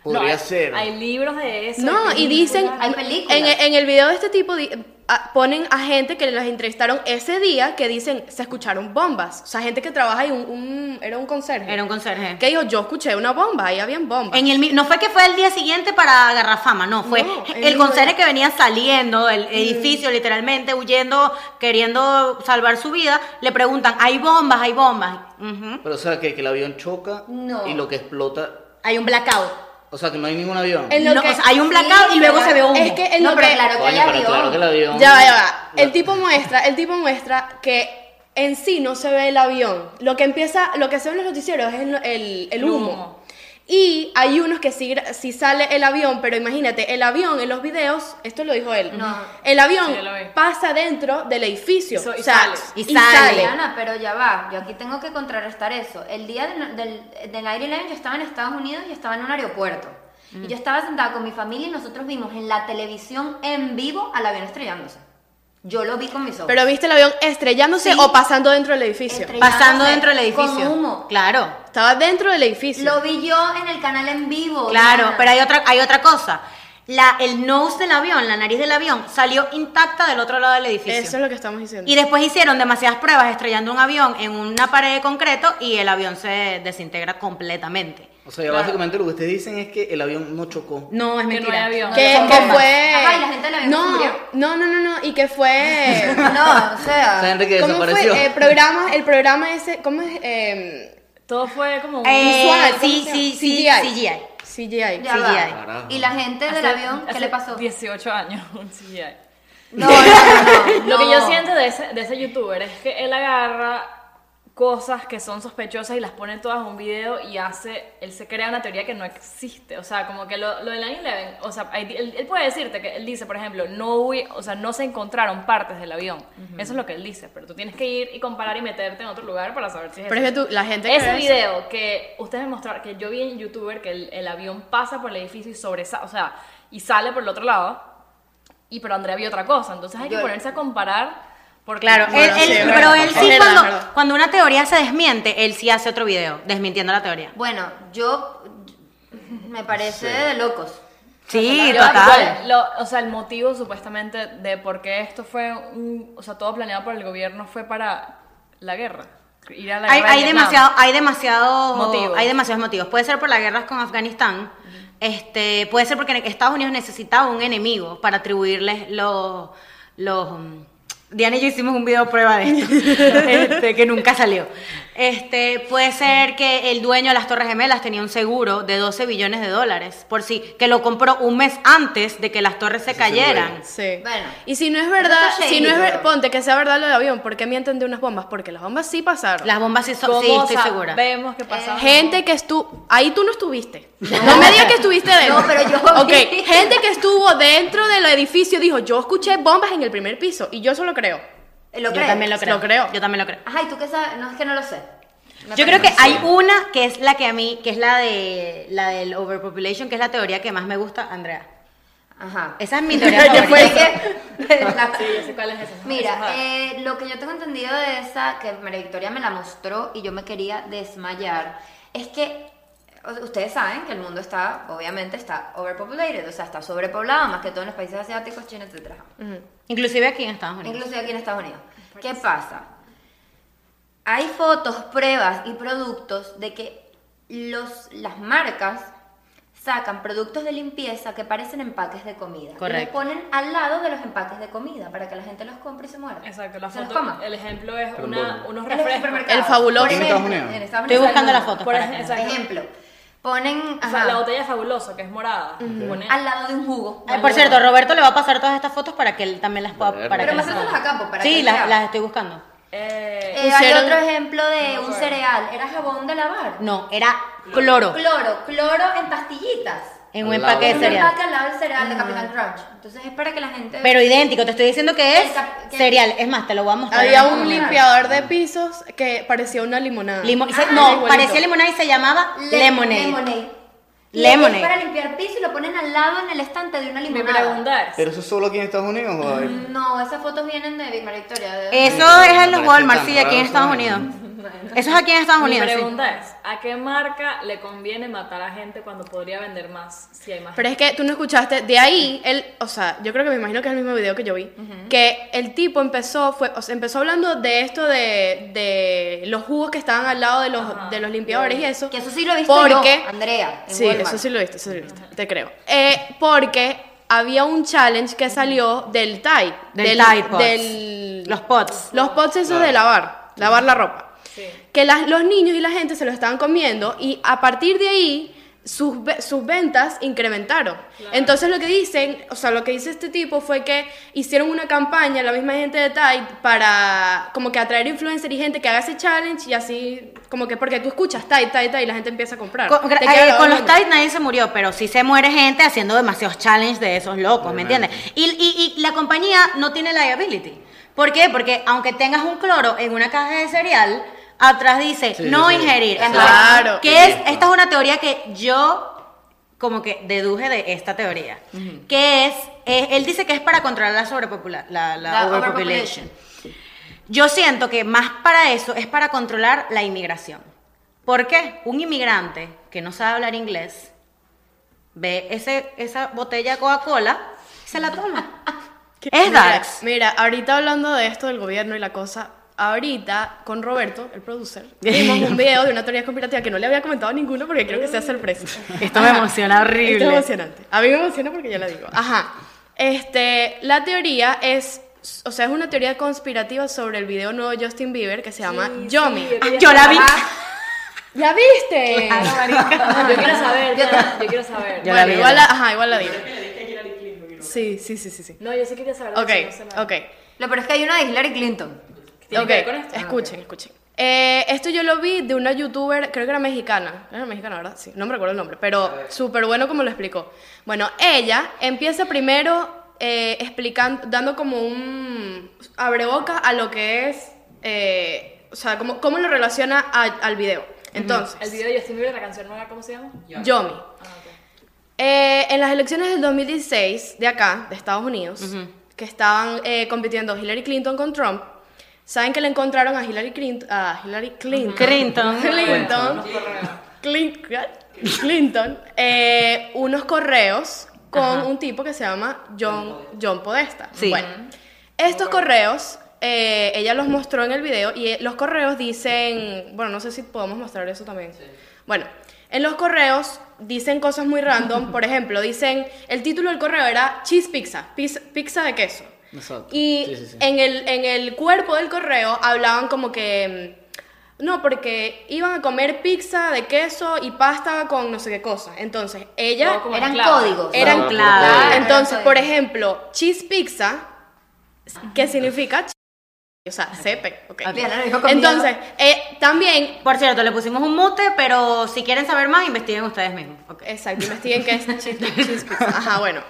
Speaker 7: No,
Speaker 5: Podría
Speaker 7: hay-
Speaker 5: ser.
Speaker 7: Hay libros de eso.
Speaker 3: No,
Speaker 7: hay
Speaker 3: y dicen,
Speaker 7: películas.
Speaker 2: Hay películas.
Speaker 3: En, en el video de este tipo di- a- ponen a gente que las entrevistaron ese día que dicen, se escucharon bombas. O sea, gente que trabaja ahí, un, un- era un conserje.
Speaker 1: Era un conserje.
Speaker 3: Que dijo, yo escuché una bomba, ahí habían bombas.
Speaker 1: En el, mi- no fue que fue el día siguiente para agarrar fama, no, fue
Speaker 3: No, el
Speaker 1: el Mm.
Speaker 3: mismo
Speaker 1: conserje
Speaker 3: día.
Speaker 1: que venía saliendo del edificio, literalmente huyendo, queriendo salvar su vida, le preguntan, hay bombas, hay bombas. Ujú.
Speaker 5: Pero o sea, que, que el avión choca
Speaker 2: No.
Speaker 5: y lo que explota.
Speaker 1: Hay un blackout.
Speaker 5: O sea, que no hay ningún avión.
Speaker 3: En lo
Speaker 1: No,
Speaker 3: que-
Speaker 1: o sea, hay un blackout
Speaker 2: Sí,
Speaker 1: y luego
Speaker 2: pero-
Speaker 1: se ve humo.
Speaker 3: es que en
Speaker 2: no,
Speaker 3: lo
Speaker 2: pero
Speaker 3: que-
Speaker 2: claro que hay
Speaker 5: Coño, pero claro que el
Speaker 2: avión.
Speaker 5: avión.
Speaker 3: Ya va, ya va. El tipo muestra, el tipo muestra que en sí no se ve el avión. Lo que empieza, lo que se ve en los noticieros es el, el- el humo.
Speaker 7: humo.
Speaker 3: Y hay unos que sí, gra- sí sale el avión, pero imagínate, el avión en los videos, esto lo dijo él,
Speaker 2: No.
Speaker 3: el avión
Speaker 7: Sí, yo lo vi.
Speaker 3: pasa dentro del edificio.
Speaker 7: Y so- y
Speaker 3: o sea,
Speaker 7: sale.
Speaker 1: Y sale.
Speaker 2: Ariana, pero ya va, yo aquí tengo que contrarrestar eso. El día del, del, del 9/11 yo estaba en Estados Unidos y estaba en un aeropuerto. Y yo estaba sentada con mi familia y nosotros vimos en la televisión en vivo al avión estrellándose. Yo lo vi con mis ojos.
Speaker 3: Pero viste el avión estrellándose
Speaker 2: Sí.
Speaker 3: o pasando dentro del edificio.
Speaker 2: Estrell-
Speaker 1: Pasando dentro del
Speaker 2: Con
Speaker 1: edificio.
Speaker 2: humo.
Speaker 1: Claro.
Speaker 3: Estaba dentro del edificio.
Speaker 2: Lo vi yo en el canal en vivo.
Speaker 1: Claro,
Speaker 2: Diana.
Speaker 1: pero hay otra, hay otra cosa. La, el nose del avión, la nariz del avión, salió intacta del otro lado del edificio.
Speaker 3: Eso es lo que estamos diciendo.
Speaker 1: Y después hicieron demasiadas pruebas estrellando un avión en una pared de concreto y el avión se desintegra completamente.
Speaker 5: O sea, básicamente lo que ustedes dicen es que el avión no chocó.
Speaker 1: No, es
Speaker 7: Que no hay
Speaker 1: mentira.
Speaker 7: avión.
Speaker 3: que,
Speaker 2: son
Speaker 3: que
Speaker 2: bombas.
Speaker 3: fue...
Speaker 2: Ajá, y la gente del avión se
Speaker 3: no,
Speaker 2: murió.
Speaker 3: no, no, no, no, y que fue...
Speaker 2: No, o sea.
Speaker 5: Esa gente que
Speaker 3: ¿Cómo
Speaker 5: desapareció.
Speaker 3: fue el programa, el programa ese, cómo es? Eh,
Speaker 7: Todo fue como un...
Speaker 1: Eh,
Speaker 3: Visual, ¿cómo
Speaker 1: sí,
Speaker 3: se
Speaker 1: sí,
Speaker 3: llama?
Speaker 1: sí,
Speaker 3: CGI.
Speaker 1: CGI.
Speaker 3: CGI.
Speaker 2: Ya
Speaker 1: Sí,
Speaker 2: va.
Speaker 1: ya.
Speaker 5: Carajo.
Speaker 2: Y la gente del
Speaker 7: Hace-
Speaker 2: avión, ¿qué
Speaker 7: hace
Speaker 2: le pasó?
Speaker 7: 18 años, un CGI.
Speaker 2: No, no, no, no.
Speaker 7: Lo que yo siento de ese, de ese youtuber es que él agarra cosas que son sospechosas y las pone todas en un video y hace, él se crea una teoría que no existe, o sea, como que lo, lo del 9-11, o sea, ahí di- él, él puede decirte que él dice, por ejemplo, no hubi- o sea, no se encontraron partes del avión, eso es lo que él dice, pero tú tienes que ir y comparar y meterte en otro lugar para saber si es
Speaker 3: Pero es
Speaker 7: eso.
Speaker 3: que tú, la gente que
Speaker 7: Ese
Speaker 3: ve eso-
Speaker 7: video que ustedes me mostraron, que yo vi en youtuber que el, el avión pasa por el edificio y sobresale, o sea, y sale por el otro lado, y pero Andrea vio otra cosa, entonces hay que
Speaker 2: Yo-
Speaker 7: ponerse a comparar porque
Speaker 1: Claro,
Speaker 3: Bueno,
Speaker 1: él-
Speaker 3: sí,
Speaker 1: él-
Speaker 3: es
Speaker 1: pero
Speaker 3: verdad,
Speaker 1: él sí,
Speaker 3: es verdad, es
Speaker 1: cuando,
Speaker 3: verdad.
Speaker 1: cuando una teoría se desmiente, él sí hace otro video desmintiendo la teoría.
Speaker 2: Bueno, yo me parece de locos.
Speaker 1: Sí,
Speaker 7: Yo,
Speaker 1: total.
Speaker 7: igual, lo- o sea, el motivo supuestamente de por qué esto fue un, o sea, todo planeado por el gobierno fue para la guerra. Ir a la
Speaker 1: Hay,
Speaker 7: guerra de
Speaker 1: hay
Speaker 7: Vietnam.
Speaker 1: demasiado, hay demasiados
Speaker 7: Motivos.
Speaker 1: hay demasiados motivos. Puede ser por las guerras con Afganistán, este, puede ser porque Estados Unidos necesitaba un enemigo para atribuirles los, los mm, Diana y yo hicimos un video prueba de esto, este, que nunca salió. Este, puede ser que el dueño de las Torres Gemelas tenía un seguro de 12 billones de dólares, por si, que lo compró un mes antes de que las torres se
Speaker 5: es el dueño.
Speaker 1: cayeran.
Speaker 3: Sí.
Speaker 2: Bueno.
Speaker 3: y si no es verdad,
Speaker 2: Eso está
Speaker 3: si no es
Speaker 2: shady,
Speaker 3: ver-
Speaker 2: pero-
Speaker 3: ponte que sea verdad lo del avión, ¿por qué mienten de unas bombas? Porque las bombas sí pasaron.
Speaker 1: Las bombas sí son,
Speaker 7: ¿Cómo
Speaker 1: sí, estoy
Speaker 7: sa-
Speaker 1: segura. Eh,
Speaker 7: Vemos que pasaba.
Speaker 3: Gente que estuvo. Ahí tú no estuviste. No me digas que estuviste dentro.
Speaker 2: No, pero yo
Speaker 3: Ok,
Speaker 2: vi.
Speaker 3: gente que estuvo dentro del edificio dijo: Yo escuché bombas en el primer piso. Y yo eso lo creo.
Speaker 2: Eh, ¿Lo
Speaker 1: Yo
Speaker 2: crees?
Speaker 1: también lo creo.
Speaker 3: Lo creo.
Speaker 1: Yo también lo creo.
Speaker 2: Ajá, ¿y tú qué sabes? No, es que no lo sé. Me
Speaker 1: Yo
Speaker 2: parece.
Speaker 1: creo que hay una que es la que a mí, que es la de la del overpopulation, que es la teoría que más me gusta, Andrea.
Speaker 2: Ajá.
Speaker 1: Esa es mi teoría
Speaker 2: ¿Qué fue?
Speaker 1: favorita.
Speaker 2: La-
Speaker 7: Sí, yo sé cuál es esa.
Speaker 2: Mira,
Speaker 7: Esa-
Speaker 2: eh, lo que yo tengo entendido de esa, que María Victoria me la mostró y yo me quería desmayar, es que o- ustedes saben que el mundo está, obviamente, está overpopulated, o sea, está sobrepoblado, más que todo en los países asiáticos, China, etc.
Speaker 1: Inclusive aquí en Estados Unidos.
Speaker 2: Inclusive aquí en Estados Unidos. ¿Qué pasa? Hay fotos, pruebas y productos de que los, las marcas sacan productos de limpieza que parecen empaques de comida. Y los
Speaker 1: Correcto.
Speaker 2: ponen al lado de los empaques de comida para que la gente los compre y se muera.
Speaker 7: Exacto, la
Speaker 2: se los
Speaker 7: foto,
Speaker 2: coma.
Speaker 7: el ejemplo es
Speaker 5: Pero
Speaker 7: una,
Speaker 5: no.
Speaker 7: unos
Speaker 2: En los
Speaker 7: refrescos.
Speaker 2: supermercados.
Speaker 3: El fabuloso.
Speaker 2: Por
Speaker 5: ¿En Estados
Speaker 2: ejemplo,
Speaker 5: Unidos?
Speaker 2: en Estados
Speaker 1: Estoy
Speaker 2: Unidos
Speaker 1: buscando
Speaker 2: hay
Speaker 1: las
Speaker 2: uno.
Speaker 1: fotos.
Speaker 7: Por
Speaker 1: para
Speaker 7: ej-
Speaker 1: que-
Speaker 7: exacto.
Speaker 2: Ejemplo, ponen
Speaker 7: O sea,
Speaker 2: ajá,
Speaker 7: la botella fabuloso, que es morada. pone-
Speaker 2: al lado de un jugo.
Speaker 1: Ay, por cierto, Roberto le va a pasar todas estas fotos para que él también las pueda.
Speaker 5: Pero
Speaker 1: Para
Speaker 2: Pero
Speaker 1: que las-
Speaker 2: pásaselas a campo pues, para
Speaker 1: sí,
Speaker 2: que
Speaker 1: las,
Speaker 2: vea.
Speaker 1: las estoy buscando.
Speaker 7: eh,
Speaker 2: Eh, hay
Speaker 3: Pusieron-
Speaker 2: otro ejemplo de un cereal. Era jabón de lavar.
Speaker 1: No, era cloro
Speaker 2: Cloro, cloro en pastillitas.
Speaker 1: en un
Speaker 5: Al
Speaker 1: empaque de
Speaker 5: lado.
Speaker 2: Es un
Speaker 1: cereal.
Speaker 2: empaque al lado del cereal
Speaker 3: Mm.
Speaker 2: de Capitán Crunch. Entonces es para que la gente.
Speaker 1: Pero idéntico, te estoy diciendo que es
Speaker 2: El cap- que-
Speaker 1: cereal. Es más, te lo voy a mostrar.
Speaker 3: Había
Speaker 1: en
Speaker 3: un
Speaker 1: este momento.
Speaker 3: limpiador de pisos que parecía una limonada.
Speaker 1: Limo- y se-
Speaker 2: Ah,
Speaker 1: no,
Speaker 3: igualito.
Speaker 1: parecía limonada y se llamaba
Speaker 2: Le-
Speaker 1: lemonade.
Speaker 2: Lemonade. Y
Speaker 1: Lemonade.
Speaker 2: Es para limpiar piso y lo ponen al lado en el estante de una
Speaker 7: mi
Speaker 2: limonada.
Speaker 7: pregunta es,
Speaker 5: ¿Pero eso es solo aquí en Estados Unidos o hay-
Speaker 2: No, esas fotos vienen de Big María Victoria. de-
Speaker 1: Eso es en los
Speaker 5: Parece
Speaker 1: Walmart,
Speaker 5: tan
Speaker 1: sí, aquí en
Speaker 5: raro,
Speaker 1: Estados
Speaker 5: ¿sabes?
Speaker 1: Unidos. Eso es aquí en Estados
Speaker 7: Mi
Speaker 1: Unidos. sí.
Speaker 7: pregunta es, ¿a qué marca le conviene matar a gente cuando podría vender más si hay más
Speaker 3: Pero es que tú no escuchaste, de ahí, él, o sea, yo creo que me imagino que es el mismo video que yo vi, que el tipo empezó, fue, o sea, empezó hablando de esto de, de los jugos que estaban al lado de los, de los limpiadores y eso.
Speaker 2: Que eso sí lo he visto
Speaker 3: Porque,
Speaker 2: yo, Andrea. en
Speaker 3: sí,
Speaker 2: Walmart.
Speaker 3: eso sí lo viste, eso sí lo viste, te creo. Eh, porque había un challenge que salió del Tide.
Speaker 1: Del Tide Pods.
Speaker 3: del-
Speaker 1: Los pots.
Speaker 3: los pots esos de lavar, lavar la ropa. Que las- los niños y la gente se los estaban comiendo y a partir de ahí sus, ve- sus ventas incrementaron. Entonces lo que dicen, o sea, lo que dice este tipo fue que hicieron una campaña, la misma gente de Tide, para como que atraer influencers y gente que haga ese challenge y así, como que porque tú escuchas Tide, Tide, Tide y la gente empieza a comprar.
Speaker 1: Con,
Speaker 3: Te
Speaker 1: eh,
Speaker 3: queda grabado
Speaker 1: con
Speaker 3: en
Speaker 1: los
Speaker 3: la mente.
Speaker 1: Tides nadie se murió, pero sí se muere gente haciendo demasiados challenges de esos locos, ¿me entiendes? Y, y- y la compañía no tiene liability. ¿Por qué? Porque aunque tengas un cloro en una caja de cereal, atrás dice
Speaker 5: Sí,
Speaker 1: no
Speaker 5: sí.
Speaker 1: ingerir.
Speaker 5: Claro.
Speaker 1: Entonces, Que es,
Speaker 5: Sí.
Speaker 1: esta es una teoría que yo como que deduje de esta teoría, que es, eh, él dice que es para controlar la sobrepopula- la, la
Speaker 2: La
Speaker 1: overpopulation. Yo siento que más para eso es para controlar la inmigración. ¿Por qué? Un inmigrante que no sabe hablar inglés ve ese, esa botella de Coca-Cola y se la toma. es
Speaker 3: mira,
Speaker 1: Darks.
Speaker 3: Mira, ahorita hablando de esto del gobierno y la cosa, ahorita con Roberto, el producer, vimos un video de una teoría conspirativa que no le había comentado a ninguno porque quiero que sea sorpresa.
Speaker 1: Esto me emociona
Speaker 3: Esto
Speaker 1: horrible.
Speaker 3: es emocionante. A mí me emociona porque ya la digo. Ajá. Este, la teoría es, o sea, es una teoría conspirativa sobre el video nuevo de Justin Bieber que se llama Yomi.
Speaker 1: Ah, yo la vi.
Speaker 3: ¿La viste?
Speaker 7: Yo quiero saber, yo, yo quiero saber.
Speaker 5: Ya la
Speaker 3: bueno,
Speaker 5: vi, ya
Speaker 3: igual
Speaker 5: la
Speaker 3: la, ajá, igual la digo. Sí, sí, sí, sí, sí.
Speaker 7: No, yo sí quería saber. de
Speaker 3: Ok,
Speaker 7: eso, no sé nada.
Speaker 3: ok.
Speaker 2: Lo peor es que hay una de Hillary Clinton.
Speaker 7: ¿Tiene
Speaker 3: ok,
Speaker 7: que ver con esto? Ah,
Speaker 3: Escuchen, escuchen. Eh, esto yo lo vi de una youtuber, creo que era mexicana. Era mexicana, ¿verdad? Sí, no me recuerdo el nombre, pero súper bueno como lo explicó. Bueno, ella empieza primero eh, explicando, dando como un abreboca a lo que es, eh, o sea, cómo, cómo lo relaciona a- al video. Entonces,
Speaker 7: El video de Justin Bieber, la canción nueva, ¿cómo se llama?
Speaker 3: Yomi.
Speaker 7: Ah, ok.
Speaker 3: Eh, en las elecciones del 2016 de acá, de Estados Unidos, que estaban eh, compitiendo Hillary Clinton con Trump, saben que le encontraron a Hillary Clinton, a Hillary Clinton,
Speaker 1: Clinton.
Speaker 3: Clinton, Clin- Clinton, eh, unos correos con un tipo que se llama John, John Podesta.
Speaker 1: Sí.
Speaker 3: Bueno, estos correos eh, ella los mostró en el video y eh, los correos dicen, bueno, no sé si podemos mostrar eso también. Bueno, en los correos dicen cosas muy random, por ejemplo, dicen, el título del correo era Cheese Pizza, pizza, pizza de queso.
Speaker 5: Exacto.
Speaker 3: Y
Speaker 5: Sí, sí, sí.
Speaker 3: En, el, en el cuerpo del correo hablaban como que... mm, No, porque iban a comer pizza de queso y pasta con no sé qué cosa. Entonces, ella...
Speaker 7: Todo como
Speaker 2: Eran
Speaker 7: esclavo.
Speaker 2: códigos.
Speaker 3: Eran
Speaker 5: Claro,
Speaker 1: claro.
Speaker 3: claro. Entonces,
Speaker 2: Claro.
Speaker 3: por ejemplo, cheese pizza, ¿qué significa? O sea, cepe, ok.
Speaker 2: Diana lo dijo con
Speaker 3: Entonces, eh, también,
Speaker 1: Por cierto, le pusimos un mute, pero si quieren saber más, investiguen ustedes mismos. Ok.
Speaker 3: exacto, investiguen qué es cheese, cheese pizza. Ajá, bueno.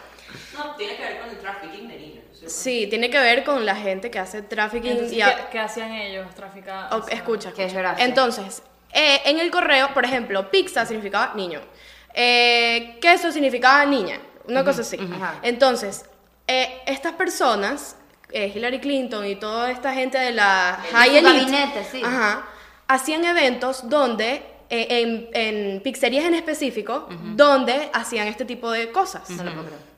Speaker 8: No, tiene que ver con el trafficking de niños. ¿sí?
Speaker 3: Sí, tiene que ver con la gente que hace trafficking
Speaker 7: Entonces,
Speaker 3: y a-
Speaker 7: ¿qué, qué hacían ellos? Traficar.
Speaker 3: Ok, escucha,
Speaker 2: Qué
Speaker 3: escucha.
Speaker 2: desgracia.
Speaker 3: Entonces, eh, en el correo, por ejemplo, pizza significaba niño. Eh, queso significaba niña. Una cosa así.
Speaker 2: Ajá.
Speaker 3: Entonces, eh, estas personas, eh, Hillary Clinton y toda esta gente de la high
Speaker 2: su
Speaker 3: elite,
Speaker 2: gabinete, sí.
Speaker 3: ajá, hacían eventos donde, eh, en, en pizzerías en específico, donde hacían este tipo de cosas.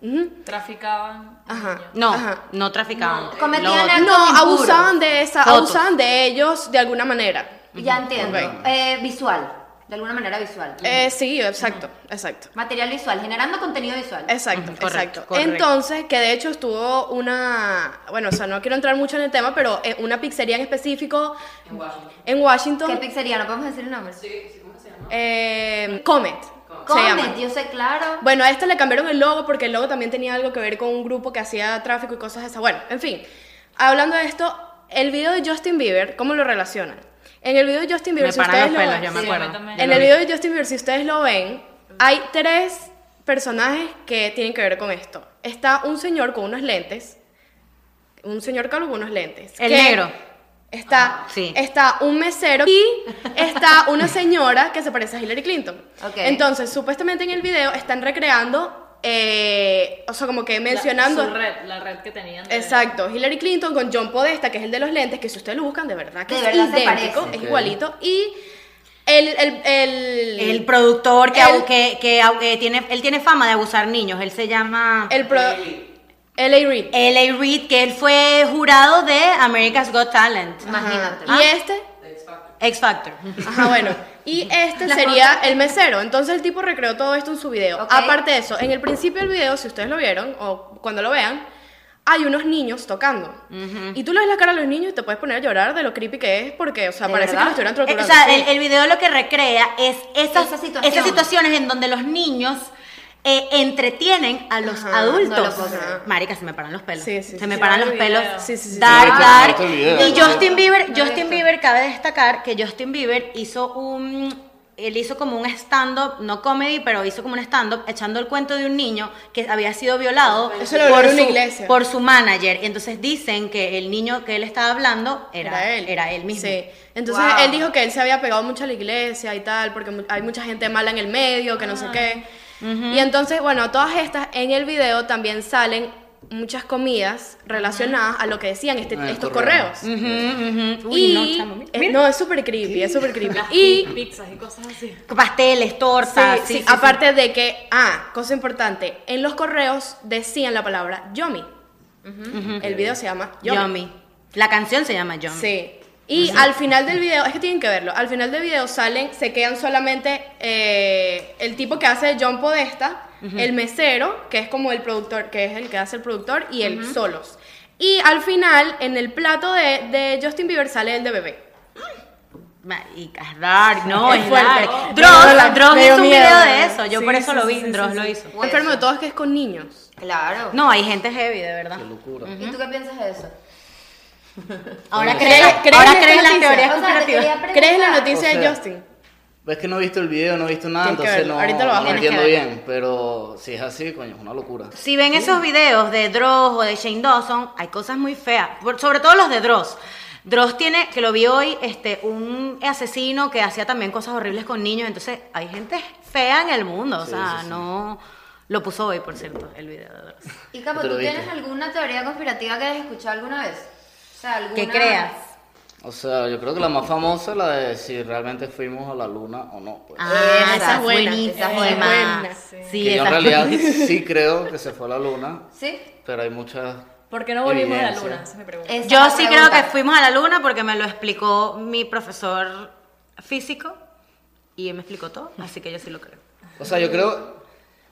Speaker 3: Ujú.
Speaker 7: Traficaban.
Speaker 3: Ajá.
Speaker 1: No,
Speaker 3: Ajá.
Speaker 1: no traficaban.
Speaker 2: Cometían
Speaker 1: Lo-
Speaker 2: actos
Speaker 3: No,
Speaker 2: impuros.
Speaker 3: abusaban de esa,
Speaker 1: Fotos.
Speaker 3: abusaban de ellos de alguna manera.
Speaker 2: Ya entiendo.
Speaker 3: Ok.
Speaker 2: Eh, visual. De alguna manera visual.
Speaker 3: Eh, sí, exacto, exacto.
Speaker 2: Material visual. Generando contenido visual.
Speaker 3: Exacto,
Speaker 1: Ujú, correcto,
Speaker 3: exacto.
Speaker 1: correcto.
Speaker 3: Entonces, que de hecho estuvo una, bueno, o sea, no quiero entrar mucho en el tema, pero eh, una pizzería en específico
Speaker 8: En Washington.
Speaker 3: en Washington,
Speaker 2: ¿Qué pizzería? ¿No podemos decir el nombre?
Speaker 8: Sí, sí, ¿cómo se llama?
Speaker 3: eh, Comet. se llama.
Speaker 2: Comet, yo sé, claro.
Speaker 3: Bueno, a esta le cambiaron el logo porque el logo también tenía algo que ver con un grupo que hacía tráfico y cosas esas. Bueno, en fin, hablando de esto, el video de Justin Bieber, ¿cómo lo relacionan? En el video de Justin Bieber,
Speaker 1: Me
Speaker 3: si
Speaker 1: paran los
Speaker 3: ustedes lo
Speaker 1: pelos,
Speaker 3: ven-
Speaker 1: yo me
Speaker 7: Sí,
Speaker 1: acuerdo.
Speaker 7: a mí también.
Speaker 3: En el video de Justin Bieber, si ustedes lo ven, hay tres personajes que tienen que ver con esto. Está un señor con unos lentes, un señor calvo con unos lentes.
Speaker 1: El
Speaker 3: que
Speaker 1: negro.
Speaker 3: Está,
Speaker 1: sí.
Speaker 3: está un mesero y está una señora que se parece a Hillary Clinton.
Speaker 2: Ok.
Speaker 3: Entonces, supuestamente en el video están recreando, eh, o sea, como que mencionando...
Speaker 7: La, su red, la red que tenían. de-
Speaker 3: Exacto, Hillary Clinton con John Podesta, que es el de los lentes, que si ustedes lo buscan, de verdad que
Speaker 2: De
Speaker 3: es
Speaker 2: verdad se
Speaker 3: idéntico,
Speaker 2: parece.
Speaker 3: es igualito. Y el... el, el,
Speaker 1: El productor que,
Speaker 3: El-
Speaker 1: au- que, que au- que tiene, él tiene fama de abusar niños. Él se llama
Speaker 3: el pro- L.A. Reid.
Speaker 1: L.A. Reid, que él fue jurado de America's Got Talent.
Speaker 2: Imagínate.
Speaker 3: Y este...
Speaker 1: X Factor.
Speaker 3: Ajá, bueno. Y este sería el mesero. Entonces el tipo recreó todo esto en su video.
Speaker 2: Ok.
Speaker 3: Aparte de eso, en el principio del video, si ustedes lo vieron o cuando lo vean, hay unos niños tocando. Y tú le ves la cara a los niños y te puedes poner a llorar de lo creepy que es porque, o sea,
Speaker 2: ¿De
Speaker 3: parece
Speaker 2: verdad?
Speaker 3: que lo estuvieran
Speaker 1: Eh,
Speaker 3: torturando.
Speaker 1: o sea,
Speaker 3: Sí.
Speaker 1: el, el video lo que recrea es esas,
Speaker 2: Esa situación.
Speaker 1: esas situaciones en donde los niños eh, entretienen a los
Speaker 3: Ajá,
Speaker 1: adultos.
Speaker 2: no lo puedo creer.
Speaker 1: Marica, se me paran los pelos.
Speaker 3: Sí, sí,
Speaker 1: se
Speaker 3: sí,
Speaker 1: me
Speaker 3: sí,
Speaker 1: paran
Speaker 7: vi
Speaker 1: los
Speaker 7: el
Speaker 1: pelos.
Speaker 7: video.
Speaker 3: Sí, sí, sí.
Speaker 1: Dark,
Speaker 5: Claro,
Speaker 1: dark.
Speaker 5: harto video.
Speaker 1: Y
Speaker 5: Claro.
Speaker 1: Justin Bieber,
Speaker 2: he
Speaker 1: Justin
Speaker 2: visto.
Speaker 1: Bieber, cabe destacar que Justin Bieber hizo un... Él hizo como un stand-up, no comedy, pero hizo como un stand-up echando el cuento de un niño que había sido violado
Speaker 3: Eso lo logró en una iglesia.
Speaker 1: por su manager. Entonces dicen que el niño que él estaba hablando era, era él. mismo.
Speaker 3: Sí. Entonces
Speaker 2: Wow.
Speaker 3: él dijo que él se había pegado mucho a la iglesia y tal, porque mu- hay mucha gente mala en el medio, que no
Speaker 1: Ah.
Speaker 3: sé qué. Y entonces, bueno, todas estas en el video también salen muchas comidas relacionadas a lo que decían este-
Speaker 5: Ah, el
Speaker 3: estos
Speaker 5: correo.
Speaker 3: correos.
Speaker 1: Ujú, ujú. Uy,
Speaker 3: y,
Speaker 1: no, chamo, mira.
Speaker 3: eh, no, es súper creepy, es súper creepy.
Speaker 7: Las
Speaker 3: Y
Speaker 7: pi- pizzas y cosas así.
Speaker 1: pasteles,
Speaker 3: Sí,
Speaker 1: tortas.
Speaker 3: sí, aparte de que, ah, cosa importante, en los correos decían la palabra yomi. El video se llama
Speaker 1: Yummy.
Speaker 3: yomi.
Speaker 1: La canción se llama Yummy.
Speaker 3: Sí.
Speaker 2: Pues
Speaker 3: Y al final del video, es que tienen que verlo, al final del video salen, se quedan solamente eh, el tipo que hace de John Podesta, el mesero, que es como el productor, que es el que hace el productor, y él solos. Y al final, en el plato de, de Justin Bieber sale el de bebé.
Speaker 1: Maricas, Dark, no,
Speaker 3: Es
Speaker 1: es
Speaker 3: fuerte.
Speaker 1: Dark.
Speaker 3: Me dio la-
Speaker 1: Dross, Dross
Speaker 3: me dio
Speaker 1: hizo un
Speaker 3: miedo.
Speaker 1: video de eso. Yo
Speaker 3: Sí,
Speaker 1: por eso
Speaker 3: sí,
Speaker 1: lo
Speaker 3: sí,
Speaker 1: vi,
Speaker 3: sí,
Speaker 1: Dross
Speaker 3: sí,
Speaker 1: lo
Speaker 3: sí.
Speaker 1: hizo.
Speaker 3: Lo
Speaker 2: Pues
Speaker 3: enfermo de todo es que es con niños.
Speaker 2: Claro.
Speaker 1: No, hay gente heavy, de verdad.
Speaker 5: Qué locura.
Speaker 2: ¿Y tú qué piensas de eso?
Speaker 1: Ahora
Speaker 5: ¿Crees-
Speaker 1: creen
Speaker 3: crees en
Speaker 1: ahora
Speaker 3: esta
Speaker 1: creen las
Speaker 3: noticia?
Speaker 1: teorías
Speaker 2: O sea, te
Speaker 1: conspirativas.
Speaker 2: quería preguntar.
Speaker 3: ¿Crees en la noticia
Speaker 5: O
Speaker 3: de
Speaker 5: sea,
Speaker 3: Justin?
Speaker 5: Ves que no he visto el video, no he visto nada,
Speaker 3: Tienes que
Speaker 5: entonces
Speaker 3: verlo,
Speaker 5: no,
Speaker 3: ahorita lo
Speaker 5: no
Speaker 3: bajo. Tienes
Speaker 1: que
Speaker 5: entiendo
Speaker 1: verlo.
Speaker 5: bien. Pero si es así, coño, es una locura.
Speaker 1: Si ven esos videos de Dross o de Shane Dawson, hay cosas muy feas, por- sobre todo los de Dross. Dross tiene, que lo vi hoy, este, un asesino que hacía también cosas horribles con niños, entonces hay gente fea en el mundo, o
Speaker 5: Sí,
Speaker 1: sea,
Speaker 5: sí, sí.
Speaker 1: no... Lo puso hoy, por cierto, el video de Dross.
Speaker 2: Y Capo,
Speaker 5: Yo te
Speaker 2: ¿tú
Speaker 5: lo dije.
Speaker 2: tienes alguna teoría conspirativa que hayas escuchado alguna vez? O sea, alguna...
Speaker 1: Que creas.
Speaker 5: O sea, yo creo que la más famosa es la de si realmente fuimos a la luna o no. Pues.
Speaker 1: Ah, esa
Speaker 2: Esa es
Speaker 1: es
Speaker 2: buena,
Speaker 1: buenísima.
Speaker 2: esa es
Speaker 3: buena.
Speaker 1: Sí,
Speaker 5: que yo en
Speaker 1: esa-
Speaker 5: realidad sí creo que se fue a la luna,
Speaker 2: ¿Sí?
Speaker 5: pero hay muchas...
Speaker 7: ¿Por qué no volvimos a la
Speaker 5: Evidencia.
Speaker 7: luna? Esa es mi pregunta.
Speaker 3: Eh,
Speaker 2: Esa es
Speaker 1: Yo
Speaker 2: la
Speaker 1: sí
Speaker 2: pregunta.
Speaker 1: creo que fuimos a la luna porque me lo explicó mi profesor físico y él me explicó todo, así que yo sí lo creo.
Speaker 5: O sea, yo creo,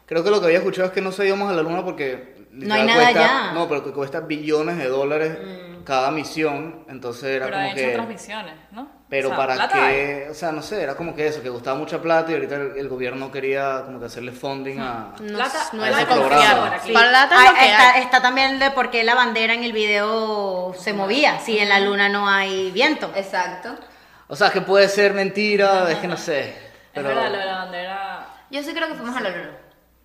Speaker 5: creo que lo que había escuchado es que no se íbamos a la luna porque...
Speaker 1: No hay
Speaker 5: literal
Speaker 1: nada Mm.
Speaker 5: cuesta-
Speaker 1: allá.
Speaker 5: No, pero que cuesta billones de dólares cada misión, entonces era
Speaker 7: Pero han
Speaker 5: como
Speaker 7: hecho
Speaker 5: que...
Speaker 7: otras misiones, ¿no?
Speaker 5: Pero
Speaker 7: O sea,
Speaker 5: para
Speaker 7: plata hay.
Speaker 5: qué, o sea, no sé, era como que eso, que gustaba mucha plata y ahorita el, el gobierno quería como que hacerle funding a...
Speaker 1: Mm.
Speaker 3: No,
Speaker 7: Plata-
Speaker 3: no
Speaker 5: a
Speaker 3: es de
Speaker 5: ese
Speaker 3: confiar.
Speaker 5: programa.
Speaker 7: Sí.
Speaker 3: Plata es lo
Speaker 1: Ah,
Speaker 3: que
Speaker 1: está,
Speaker 3: hay.
Speaker 1: está también de por qué la bandera en el video se movía, si en la luna no hay viento.
Speaker 2: Exacto.
Speaker 5: O sea, que puede ser mentira, es que no sé. Pero,
Speaker 7: Es verdad, lo de la bandera.
Speaker 2: Yo sí creo que fuimos a la luna.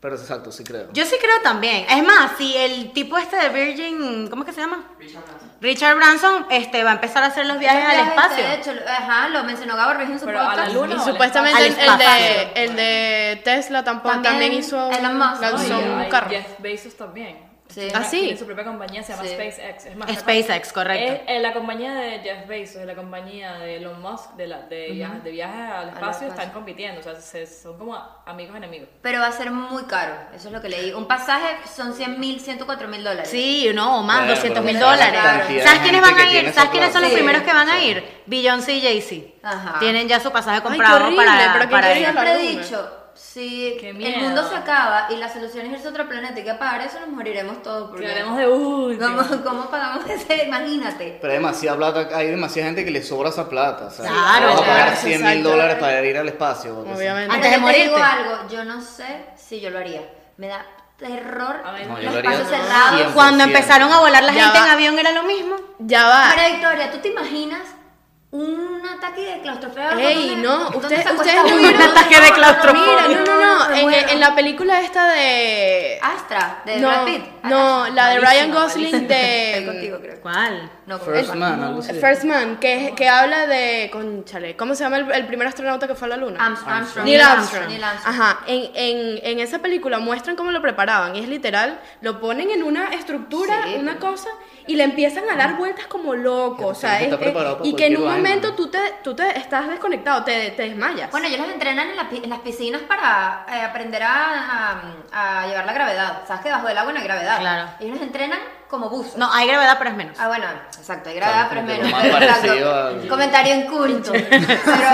Speaker 5: pero exacto, sí creo.
Speaker 1: Yo sí creo también. Es más, si el tipo este de Virgin, ¿cómo es que se llama?
Speaker 8: Richard Branson.
Speaker 1: Richard Branson, este, va a empezar a hacer los viajes
Speaker 2: Esos
Speaker 1: al
Speaker 2: viajes,
Speaker 1: espacio.
Speaker 2: De hecho, lo- ajá, lo mencionó Gabor Virgen en su
Speaker 7: Pero a la
Speaker 2: podcast.
Speaker 7: luna
Speaker 3: Y
Speaker 7: No,
Speaker 3: supuestamente
Speaker 1: al
Speaker 3: el, el de,
Speaker 1: espacio.
Speaker 3: el de Tesla tampoco
Speaker 2: También
Speaker 3: también, hizo
Speaker 2: Elon Musk.
Speaker 3: lanzó
Speaker 2: Ay,
Speaker 3: un
Speaker 7: hay
Speaker 3: carro.
Speaker 7: Jeff Bezos también.
Speaker 2: Sí.
Speaker 3: Ah, sí.
Speaker 7: Tiene su propia compañía, se llama
Speaker 2: Sí.
Speaker 7: SpaceX. Es más,
Speaker 1: SpaceX, correcto.
Speaker 7: Es, eh, la compañía de Jeff Bezos, de la compañía de Elon Musk, de, la, de, viajes, de viajes al espacio, están
Speaker 2: espacio.
Speaker 7: compitiendo. O sea, se- son como amigos enemigos.
Speaker 2: Pero va a ser muy caro, eso es lo que leí. Un pasaje son 100 mil, 104 mil dólares.
Speaker 1: Sí, no, o más,
Speaker 5: Bueno,
Speaker 1: 200 mil
Speaker 5: pero la
Speaker 1: dólares.
Speaker 5: cantidad de
Speaker 1: ¿Sabes quiénes
Speaker 5: gente
Speaker 1: van
Speaker 5: que
Speaker 1: a ir?
Speaker 5: tiene
Speaker 1: ¿Sabes
Speaker 5: esa
Speaker 1: quiénes son los
Speaker 5: plata?
Speaker 1: primeros que van a
Speaker 5: Sí.
Speaker 1: ir? Beyoncé y Jay-Z.
Speaker 2: Ajá.
Speaker 1: Tienen ya su pasaje
Speaker 3: qué
Speaker 1: comprado
Speaker 3: horrible,
Speaker 1: para,
Speaker 3: pero qué
Speaker 1: para
Speaker 3: horrible.
Speaker 1: ir.
Speaker 2: Siempre he
Speaker 3: la luna.
Speaker 2: dicho, si
Speaker 7: Qué
Speaker 2: el
Speaker 7: miedo.
Speaker 2: mundo se acaba y la solución es irse a otro planeta y que pagar eso, nos moriremos todos. Porque
Speaker 7: Hablaremos de último.
Speaker 2: ¿Cómo, cómo pagamos ese? Imagínate.
Speaker 5: Pero hay demasiada plata, hay demasiada gente que le sobra esa plata. O sea,
Speaker 1: Claro,
Speaker 5: vamos a
Speaker 1: claro,
Speaker 5: pagar 100 mil
Speaker 3: exacto.
Speaker 5: dólares para ir al espacio. porque sí.
Speaker 3: Obviamente.
Speaker 1: Antes
Speaker 2: Ahora,
Speaker 1: de
Speaker 2: yo te digo
Speaker 1: morirte.
Speaker 2: algo, yo no sé si yo lo haría. Me da terror
Speaker 7: A ver,
Speaker 5: No,
Speaker 2: los
Speaker 5: yo lo haría
Speaker 2: espacios
Speaker 5: siempre.
Speaker 2: cerrados.
Speaker 1: Cuando empezaron a volar la
Speaker 3: Ya
Speaker 1: gente en
Speaker 3: va.
Speaker 1: avión era lo mismo.
Speaker 3: Ya va.
Speaker 2: María Victoria, ¿tú te imaginas un ataque de claustrofobia?
Speaker 3: Ey,
Speaker 2: ¿Dónde-
Speaker 3: no,
Speaker 2: dónde
Speaker 3: ustedes
Speaker 2: se
Speaker 3: ustedes
Speaker 2: acuesta
Speaker 3: no
Speaker 2: uno?
Speaker 3: vieron-
Speaker 1: Un ataque de claustrofobia.
Speaker 3: Mira, no, no, no,
Speaker 2: me
Speaker 3: en,
Speaker 2: muero.
Speaker 3: en la película esta de
Speaker 2: Astra, Ah, de
Speaker 3: no,
Speaker 2: Brad Pitt. Ah,
Speaker 3: no, la de
Speaker 2: Malísima,
Speaker 3: Ryan Gosling
Speaker 2: malísima.
Speaker 3: de- eh,
Speaker 2: Estoy contigo, creo.
Speaker 1: ¿Cuál?
Speaker 2: No, con
Speaker 5: First
Speaker 2: Eva.
Speaker 5: Man, algo así.
Speaker 3: First Man, que, que habla de. Conchale, ¿cómo se llama el, el primer astronauta que fue a la luna?
Speaker 2: Armstrong. Armstrong.
Speaker 3: Neil Armstrong.
Speaker 2: Neil Armstrong.
Speaker 3: Ajá, en, en, en esa película muestran cómo lo preparaban. Y es literal, lo ponen en una estructura,
Speaker 2: Sí.
Speaker 3: una cosa, y le empiezan a dar vueltas como loco.
Speaker 5: Pero
Speaker 3: O sea,
Speaker 5: tienes que
Speaker 3: es-
Speaker 5: estar
Speaker 3: es-
Speaker 5: preparado para
Speaker 3: y que en un
Speaker 5: cualquier vaina.
Speaker 3: momento tú te, tú te estás desconectado, te, te desmayas.
Speaker 2: Bueno, ellos los entrenan en, la pi- en las piscinas para eh, aprender a, a- a llevar la gravedad. Sabes que bajo del agua no hay gravedad.
Speaker 1: Claro.
Speaker 2: Ellos los entrenan como buzos.
Speaker 1: No, hay gravedad, pero es menos.
Speaker 2: Ah, bueno, exacto, hay gravedad,
Speaker 5: Claro,
Speaker 2: pero
Speaker 5: como
Speaker 2: es
Speaker 5: que
Speaker 2: menos.
Speaker 5: lo más
Speaker 2: exacto.
Speaker 5: parecido al-
Speaker 2: Comentario inculto. pero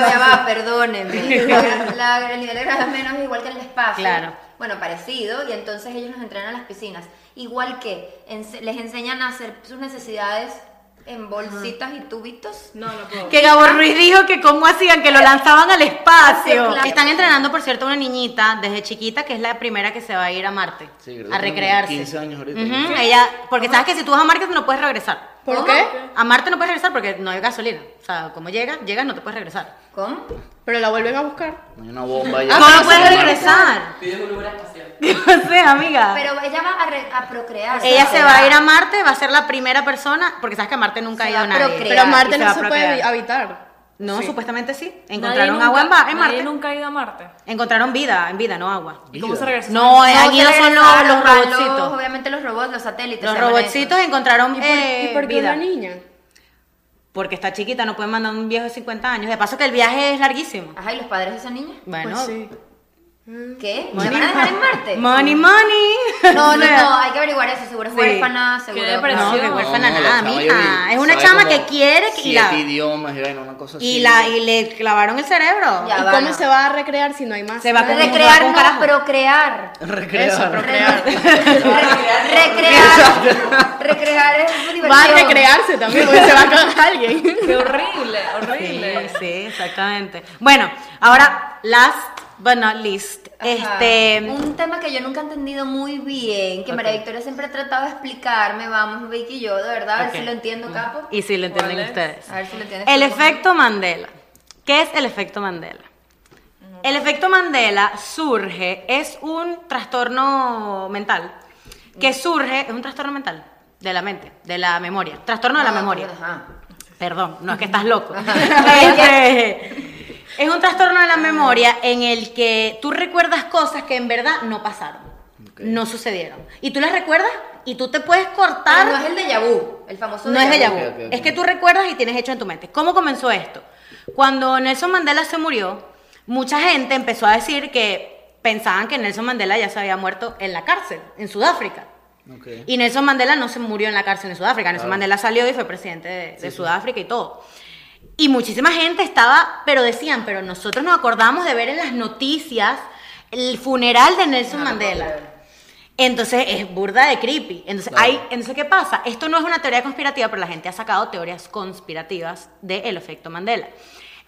Speaker 2: ya va, perdónenme. La- la- el nivel de gravedad es menos es igual que en el espacio.
Speaker 1: Claro.
Speaker 2: Bueno, parecido, y entonces ellos los entrenan en las piscinas. Igual que ense- les enseñan a hacer sus necesidades en bolsitas y tubitos.
Speaker 7: No, no puedo.
Speaker 1: Que Gabo Ruiz dijo que cómo hacían, que lo lanzaban al espacio.
Speaker 2: Claro.
Speaker 1: Están entrenando, por cierto, a una niñita desde chiquita que es la primera que se va a ir a Marte
Speaker 5: Sí,
Speaker 1: a
Speaker 5: creo que tiene como
Speaker 1: recrearse.
Speaker 5: 15 años ahorita.
Speaker 1: Ujú, ella, porque sabes que si tú vas a Marte no puedes regresar.
Speaker 3: ¿Por
Speaker 2: ¿Cómo?
Speaker 3: qué?
Speaker 1: A Marte no puedes regresar porque no hay gasolina. O sea, como llegas, llegas, no te puedes regresar.
Speaker 2: ¿Cómo?
Speaker 3: Pero la vuelven a buscar.
Speaker 5: Hay una bomba allá.
Speaker 1: Ah, ¿Cómo no
Speaker 5: Sí,
Speaker 1: puedes
Speaker 5: Marte.
Speaker 1: regresar?
Speaker 8: Pides un lugar espacial.
Speaker 1: o sea, amiga.
Speaker 2: Pero ella va a, re- a procrear.
Speaker 1: ella se va a ir a Marte, va a ser la primera persona, porque sabes que a Marte nunca
Speaker 2: Se
Speaker 1: ha
Speaker 2: va
Speaker 1: ido
Speaker 2: a
Speaker 1: nadie.
Speaker 2: procrear.
Speaker 3: Pero Marte
Speaker 1: Y se
Speaker 3: no
Speaker 1: va
Speaker 3: se
Speaker 1: a
Speaker 3: puede
Speaker 1: procrear.
Speaker 3: habitar.
Speaker 1: No,
Speaker 3: Sí.
Speaker 1: supuestamente sí.
Speaker 7: Nadie
Speaker 1: Encontraron
Speaker 7: nunca-
Speaker 1: agua en, Ba- en
Speaker 7: Nadie
Speaker 1: Marte.
Speaker 7: nunca ha ido a Marte.
Speaker 1: Encontraron vida, en vida, no agua.
Speaker 7: ¿Y cómo se
Speaker 5: Vida.
Speaker 7: regresó?
Speaker 1: No,
Speaker 2: No,
Speaker 1: han ido
Speaker 2: se
Speaker 1: son los,
Speaker 2: regresaron
Speaker 1: los
Speaker 2: a los-
Speaker 1: robotcitos.
Speaker 2: obviamente los robots, los satélites.
Speaker 1: Los
Speaker 2: se llaman
Speaker 1: robotcitos
Speaker 2: esos.
Speaker 1: encontraron
Speaker 3: ¿Y por,
Speaker 1: eh,
Speaker 3: y por qué
Speaker 1: vida.
Speaker 3: una niña?
Speaker 1: Porque está chiquita, no pueden mandar a un viejo de 50 años. De paso que el viaje es larguísimo.
Speaker 2: Ajá, ¿y los padres de esa niña?
Speaker 1: Bueno,
Speaker 3: Pues sí.
Speaker 2: ¿Qué? ¿La van a dejar en Marte?
Speaker 1: money, money.
Speaker 2: No, no,
Speaker 1: sea-
Speaker 2: no, hay que averiguar eso. Seguro es
Speaker 1: Sí.
Speaker 2: huérfana, seguro.
Speaker 7: Qué
Speaker 1: No,
Speaker 7: depresión.
Speaker 1: que huérfana
Speaker 5: No, no, la
Speaker 1: nada,
Speaker 5: chama yo
Speaker 1: mija.
Speaker 5: vi,
Speaker 1: Es una
Speaker 5: sabe
Speaker 1: chama
Speaker 5: como
Speaker 1: que quiere que- y
Speaker 5: Siete
Speaker 1: la,
Speaker 5: idiomas y vaina, una cosa así.
Speaker 1: y, la, y le clavaron el cerebro.
Speaker 2: Ya
Speaker 3: ¿Y
Speaker 2: va,
Speaker 3: cómo
Speaker 2: no.
Speaker 3: se va a recrear si no hay más?
Speaker 1: Se va a
Speaker 2: Recrear,
Speaker 1: Recrear con
Speaker 2: no,
Speaker 1: carajo.
Speaker 2: procrear.
Speaker 5: Recrear.
Speaker 3: Eso, procrear.
Speaker 2: Recrear. Recrear es diversión.
Speaker 3: Va a recrearse también porque se va con alguien.
Speaker 7: Qué horrible,
Speaker 1: Sí,
Speaker 7: horrible.
Speaker 1: sí, exactamente. Bueno, ahora, last but not least,
Speaker 2: Ajá.
Speaker 1: este...
Speaker 2: Un tema que yo nunca he entendido muy bien, que María Victoria siempre ha tratado de explicarme, vamos, Vicky y yo, de verdad, a ver
Speaker 1: Ok. Mm.
Speaker 2: si lo entiendo, capo.
Speaker 1: Y si lo entienden
Speaker 7: ¿Cuál es?
Speaker 1: ustedes.
Speaker 2: A ver si lo entiendes.
Speaker 1: El
Speaker 2: tú, capo.
Speaker 1: efecto Mandela. ¿Qué es el efecto Mandela? El efecto Mandela surge, es un trastorno mental, que surge, es un trastorno mental de la mente, de la memoria, trastorno de la
Speaker 2: No,
Speaker 1: memoria.
Speaker 2: Ah, ajá.
Speaker 1: Perdón, no es que estás loco. Este, es un trastorno de la memoria en el que tú recuerdas cosas que en verdad no pasaron, no sucedieron. Y tú las recuerdas y tú te puedes cortar
Speaker 2: Pero no es el déjà vu, el famoso
Speaker 1: Ah. no es de vu.
Speaker 5: vu. Ok, ok,
Speaker 1: Es
Speaker 5: ok.
Speaker 1: que tú recuerdas y tienes hecho en tu mente. ¿Cómo comenzó esto? Cuando Nelson Mandela se murió, mucha gente empezó a decir que pensaban que Nelson Mandela ya se había muerto en la cárcel, en Sudáfrica.
Speaker 5: Ok.
Speaker 1: Y Nelson Mandela no se murió en la cárcel en Sudáfrica. Nelson
Speaker 5: Claro.
Speaker 1: Mandela salió y fue presidente de, de
Speaker 5: Sí, sí.
Speaker 1: Sudáfrica y todo. Y muchísima gente estaba, pero decían, pero nosotros nos acordamos de ver en las noticias el funeral de Nelson Mandela. Entonces es burda de creepy. Entonces,
Speaker 5: Claro.
Speaker 1: hay, entonces, ¿qué pasa? Esto no es una teoría conspirativa, pero la gente ha sacado teorías conspirativas del efecto Mandela.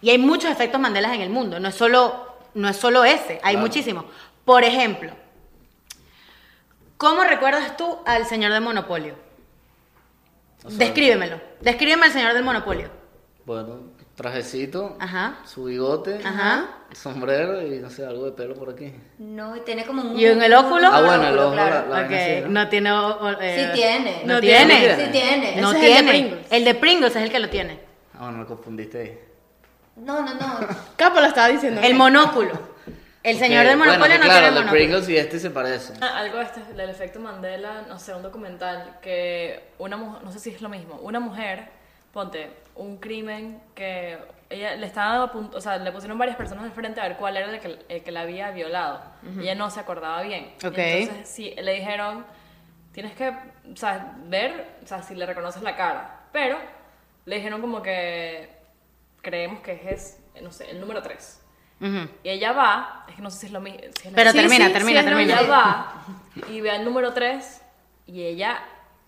Speaker 1: Y hay muchos efectos Mandela en el mundo, no es solo, no es solo ese, hay
Speaker 5: Claro.
Speaker 1: muchísimos. Por ejemplo, ¿cómo recuerdas tú al señor del monopolio?
Speaker 5: O sea,
Speaker 1: Descríbemelo, descríbeme al señor del monopolio.
Speaker 5: Bueno, trajecito,
Speaker 1: Ajá.
Speaker 5: su bigote,
Speaker 1: Ajá.
Speaker 5: sombrero y no sé, algo de pelo por aquí.
Speaker 2: No, y tiene como un.
Speaker 1: ¿Y en el óculo?
Speaker 5: Ah, bueno, el ojo, la-
Speaker 2: claro.
Speaker 5: la vaina
Speaker 1: Ok,
Speaker 5: así, ¿no?
Speaker 1: no tiene... o- o- eh,
Speaker 2: Sí tiene.
Speaker 1: No
Speaker 3: No
Speaker 1: tiene.
Speaker 5: tiene.
Speaker 2: Sí tiene.
Speaker 1: No
Speaker 3: Ese es el
Speaker 1: tiene.
Speaker 3: de Pringles.
Speaker 1: el de Pringles es el que lo tiene.
Speaker 5: Ah, bueno, me confundiste ahí.
Speaker 2: No, no, no.
Speaker 3: Capo lo estaba diciendo.
Speaker 1: El monóculo. El señor
Speaker 5: Ok,
Speaker 1: del monopolio
Speaker 5: bueno, que
Speaker 1: no
Speaker 5: claro,
Speaker 1: tiene
Speaker 5: el de
Speaker 1: monóculo.
Speaker 5: Pringles y este se parecen.
Speaker 7: Ah, Algo de este, del efecto Mandela, no sé, un documental que una mujer, no sé si es lo mismo, una mujer, ponte, un crimen que ella le estaba a punto, o sea, le pusieron varias personas de frente a ver cuál era el que, el que la había violado. Ella no se acordaba bien.
Speaker 1: Ok.
Speaker 7: Entonces, sí, le dijeron, tienes que, o sea, ver, o sea, si le reconoces la cara. Pero le dijeron como que creemos que es, no sé, el número 3.
Speaker 1: Ujú.
Speaker 7: Y ella va, es que no sé si es lo mismo.
Speaker 1: Pero
Speaker 3: Sí,
Speaker 1: termina,
Speaker 3: sí,
Speaker 1: termina,
Speaker 3: sí, no,
Speaker 1: termina.
Speaker 7: Ella va y ve al número 3 y ella